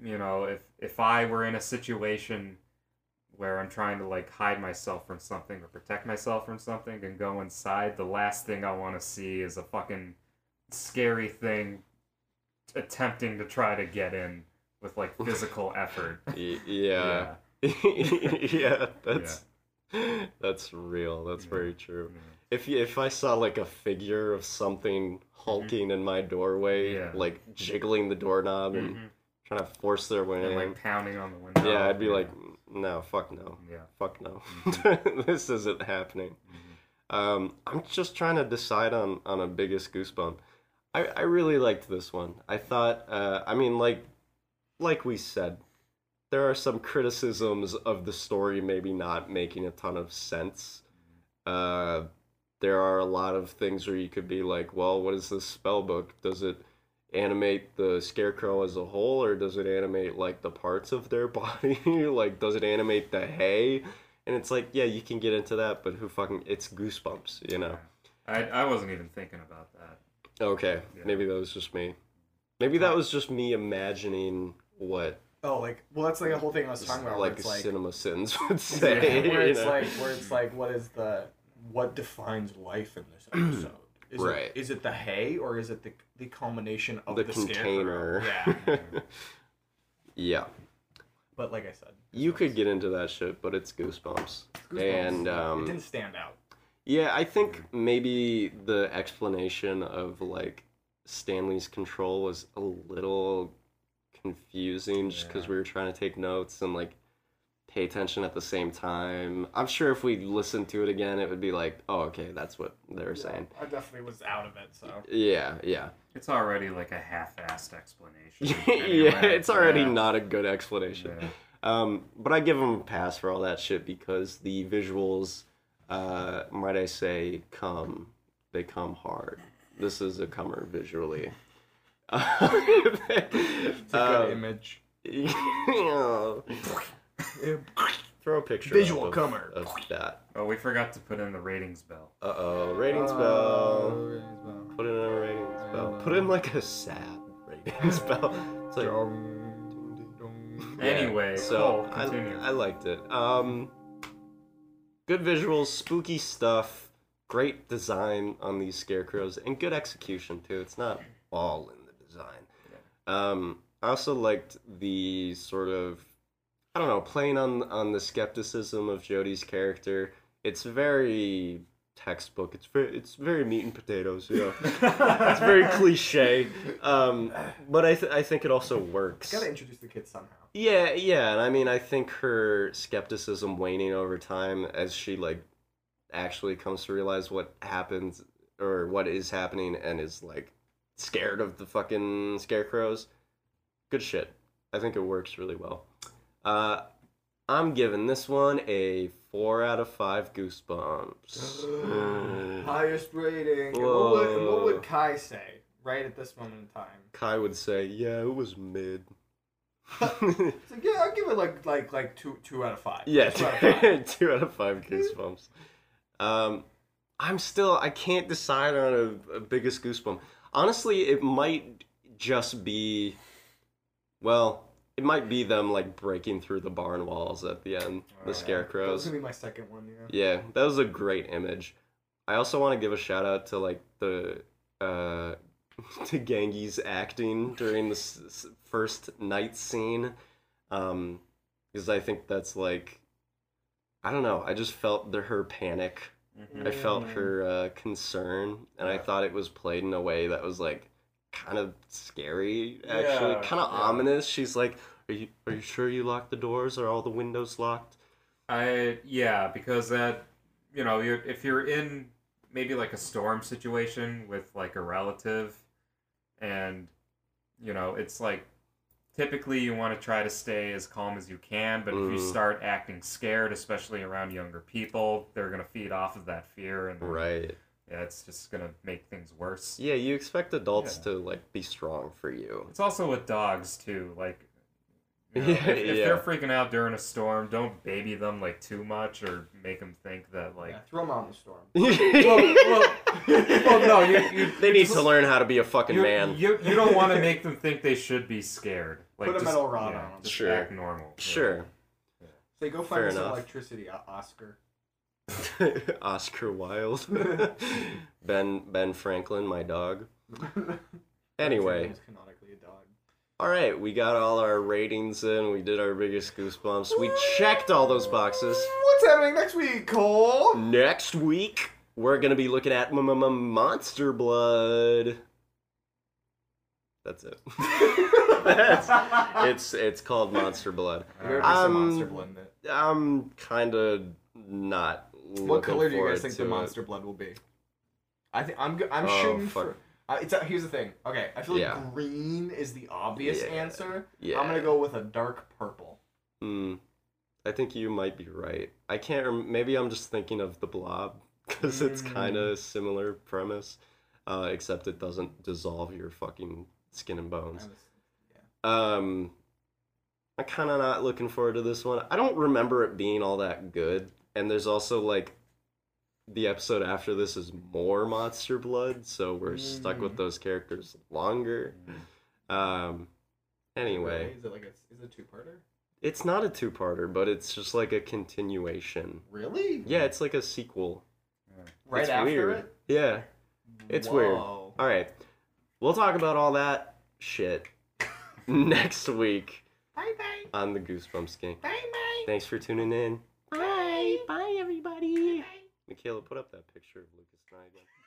Speaker 2: you know if if I were in a situation where I'm trying to like hide myself from something or protect myself from something and go inside, the last thing I want to see is a fucking scary thing attempting to try to get in with like physical effort.
Speaker 1: Y- yeah. yeah, that's that's real. That's
Speaker 2: Yeah.
Speaker 1: very true. If you, if I saw like a figure of something hulking in my doorway,
Speaker 2: Mm-hmm. Yeah.
Speaker 1: like jiggling the doorknob and
Speaker 2: Mhm.
Speaker 1: trying to force their way
Speaker 2: And
Speaker 1: in,
Speaker 2: like oh, pounding on the window.
Speaker 1: yeah, I'd be like, no, fuck no,
Speaker 2: yeah.
Speaker 1: fuck no,
Speaker 2: Mm-hmm.
Speaker 1: this isn't happening. Um, I'm just trying to decide on on a biggest goosebump. I I really liked this one. I thought, uh, I mean, like like we said, there are some criticisms of the story maybe not making a ton of sense. Uh, there are a lot of things where you could be like, well, what is this spell book? Does it animate the scarecrow as a whole, or does it animate like the parts of their body? like, does it animate the hay? And it's like, yeah, you can get into that, but who fucking? It's goosebumps, you know.
Speaker 2: I, I wasn't even thinking about that.
Speaker 1: Okay,
Speaker 2: Yeah.
Speaker 1: maybe that was just me. Maybe that was just me imagining what
Speaker 3: Oh, like well, that's like a whole thing I was talking about.
Speaker 1: like
Speaker 3: where it's like,
Speaker 1: cinema sins would
Speaker 3: Yeah,
Speaker 1: say.
Speaker 3: where
Speaker 1: you
Speaker 3: it's
Speaker 1: know?
Speaker 3: like where it's like what is the what defines life in this episode? Is
Speaker 1: Right.
Speaker 3: It, is it the hay or is it the the culmination of
Speaker 1: the,
Speaker 3: the,
Speaker 1: container.
Speaker 3: Scarecrow? Yeah.
Speaker 1: yeah.
Speaker 3: But like I said,
Speaker 1: You could get into that shit, but it's goosebumps. And
Speaker 3: it
Speaker 1: um,
Speaker 3: didn't stand out.
Speaker 1: yeah, I think
Speaker 2: Mm-hmm.
Speaker 1: maybe the explanation of like Stanley's control was a little confusing just because
Speaker 2: Yeah.
Speaker 1: we were trying to take notes and like pay attention at the same time. I'm sure if we listened to it again, it would be like, oh, okay, that's what they were saying.
Speaker 3: I definitely was out of it. So
Speaker 1: Yeah, yeah.
Speaker 2: It's already like a half-assed explanation.
Speaker 1: yeah,
Speaker 2: anyway.
Speaker 1: it's already
Speaker 2: Yeah.
Speaker 1: not a good explanation.
Speaker 2: Yeah.
Speaker 1: Um, but I give him a pass for all that shit because the visuals, uh, might I say, come they come hard. This is a comer visually.
Speaker 4: It's a good
Speaker 1: Um,
Speaker 4: image.
Speaker 1: Throw a picture.
Speaker 3: Visual
Speaker 1: up of,
Speaker 3: comer.
Speaker 1: of that.
Speaker 2: Oh, we forgot to put in the ratings bell.
Speaker 1: Uh oh, ratings
Speaker 4: Uh,
Speaker 1: bell. Put in a ratings bell. Put in like a sad ratings bell. It's like Yeah,
Speaker 2: Anyway,
Speaker 1: so
Speaker 2: Cole,
Speaker 1: I,
Speaker 2: continue.
Speaker 1: I liked it. Um, good visuals, spooky stuff, great design on these scarecrows, and good execution too. It's not all in the design. Um, I also liked the sort of I don't know playing on on the skepticism of Jody's character. It's very textbook. It's very it's very meat and potatoes. You know, it's very cliche. Um, but I th- I think it also works.
Speaker 4: Gotta introduce the kids somehow.
Speaker 1: Yeah, yeah, and I mean, I think her skepticism waning over time as she like actually comes to realize what happens or what is happening and is like scared of the fucking scarecrows. Good shit. I think it works really well. Uh, I'm giving this one a four out of five goosebumps. Mm.
Speaker 4: Highest rating. And What would, and what
Speaker 1: Whoa.
Speaker 4: would Kai say right at this moment in time?
Speaker 1: Kai would say, "Yeah, it was mid."
Speaker 4: It's like, yeah, I'll give it like like like two two out of five.
Speaker 1: Yeah,
Speaker 4: Two out of five.
Speaker 1: two out of five goosebumps. Um, I'm still I can't decide on a, a biggest goosebump. Honestly, it might just be, well, it might be them like breaking through the barn walls at the end,
Speaker 3: Oh,
Speaker 1: the
Speaker 4: That was
Speaker 1: scarecrows.
Speaker 4: gonna be my second one. Yeah.
Speaker 1: Yeah, that was a great image. I also want to give a shout out to like the uh to Gangi's acting during the s- s- first night scene. Um because I think that's like I don't know, I just felt the, her panic.
Speaker 2: Mm-hmm.
Speaker 1: I felt
Speaker 2: Mm.
Speaker 1: her uh, concern and I thought it was played in a way that was like kind of scary actually,
Speaker 2: Yeah,
Speaker 1: kind of
Speaker 2: yeah.
Speaker 1: ominous. She's like, "Are you are you sure you locked the doors? Are all the windows locked?"
Speaker 2: I yeah, because that you know, you're, if you're in maybe like a storm situation with like a relative, and you know, it's like typically you want to try to stay as calm as you can, but if you
Speaker 1: Mhm.
Speaker 2: start acting scared, especially around younger people, they're gonna feed off of that fear, and
Speaker 1: Right.
Speaker 2: yeah, it's just gonna make things worse.
Speaker 1: Yeah, you expect adults
Speaker 2: Yeah.
Speaker 1: to like be strong for you.
Speaker 2: It's also with dogs too. Like, you know,
Speaker 1: Yeah,
Speaker 2: if, if
Speaker 1: yeah.
Speaker 2: they're freaking out during a storm, don't baby them like too much or make them think that like.
Speaker 4: yeah. Throw them out in the storm.
Speaker 2: Well, well, well, no, you, you
Speaker 1: they need to learn how to be a fucking
Speaker 2: you,
Speaker 1: man.
Speaker 2: You, you don't want to make them think they should be scared. Like
Speaker 4: Put a
Speaker 2: just,
Speaker 4: metal rod
Speaker 2: yeah,
Speaker 4: on 'em.
Speaker 2: Just
Speaker 1: Sure.
Speaker 2: act normal. yeah.
Speaker 1: Sure.
Speaker 4: Say go find
Speaker 1: Fair
Speaker 4: me some
Speaker 1: enough.
Speaker 4: electricity, O- Oscar.
Speaker 1: Oscar Wilde. ben Ben Franklin, my dog. Anyway,
Speaker 4: It's canonically a dog.
Speaker 1: all right, we got all our ratings in. We did our biggest goosebumps. We checked all those boxes.
Speaker 3: What's happening next week, Cole?
Speaker 1: Next week, we're going to be looking at m- m- Monster Blood. That's it. That's, it's it's called Monster Blood.
Speaker 4: There better
Speaker 1: Uh,
Speaker 4: be some
Speaker 1: Um,
Speaker 4: monster blood in it.
Speaker 1: I'm kind of not.
Speaker 4: What color do you guys think the
Speaker 1: the
Speaker 4: monster blood will be? I think I'm. go- I'm
Speaker 1: Oh,
Speaker 4: shooting
Speaker 1: fuck.
Speaker 4: for. Uh, it's uh, here's the thing. Okay, I feel like
Speaker 1: Yeah.
Speaker 4: green is the obvious
Speaker 1: Yeah.
Speaker 4: answer.
Speaker 1: Yeah.
Speaker 4: I'm gonna go with a dark purple.
Speaker 1: Mm, I think you might be right. I can't. Rem- maybe I'm just thinking of the blob because it's kind
Speaker 4: Mm.
Speaker 1: of similar premise, uh, except it doesn't dissolve your fucking skin and
Speaker 4: I
Speaker 1: bones.
Speaker 4: was-
Speaker 1: Um, I'm kind of not looking forward to this one. I don't remember it being all that good, and there's also like the episode after this is more Monster Blood, so we're stuck
Speaker 4: Mm.
Speaker 1: with those characters longer.
Speaker 2: Mm.
Speaker 1: Um, anyway,
Speaker 4: Really? is it like a is it a two parter?
Speaker 1: it's not a two-parter, but it's just like a continuation.
Speaker 4: Really?
Speaker 1: Yeah, it's like a sequel.
Speaker 4: Right
Speaker 1: It's
Speaker 4: after
Speaker 1: weird.
Speaker 4: it.
Speaker 1: Yeah, it's weird.
Speaker 4: Whoa.
Speaker 1: All right, we'll talk about all that shit next week
Speaker 4: Bye bye.
Speaker 1: on the Goosebumps Gang.
Speaker 4: Bye bye.
Speaker 1: Thanks for tuning in. Bye. Bye, everybody. Michaela, put up that picture of Lucas and I again.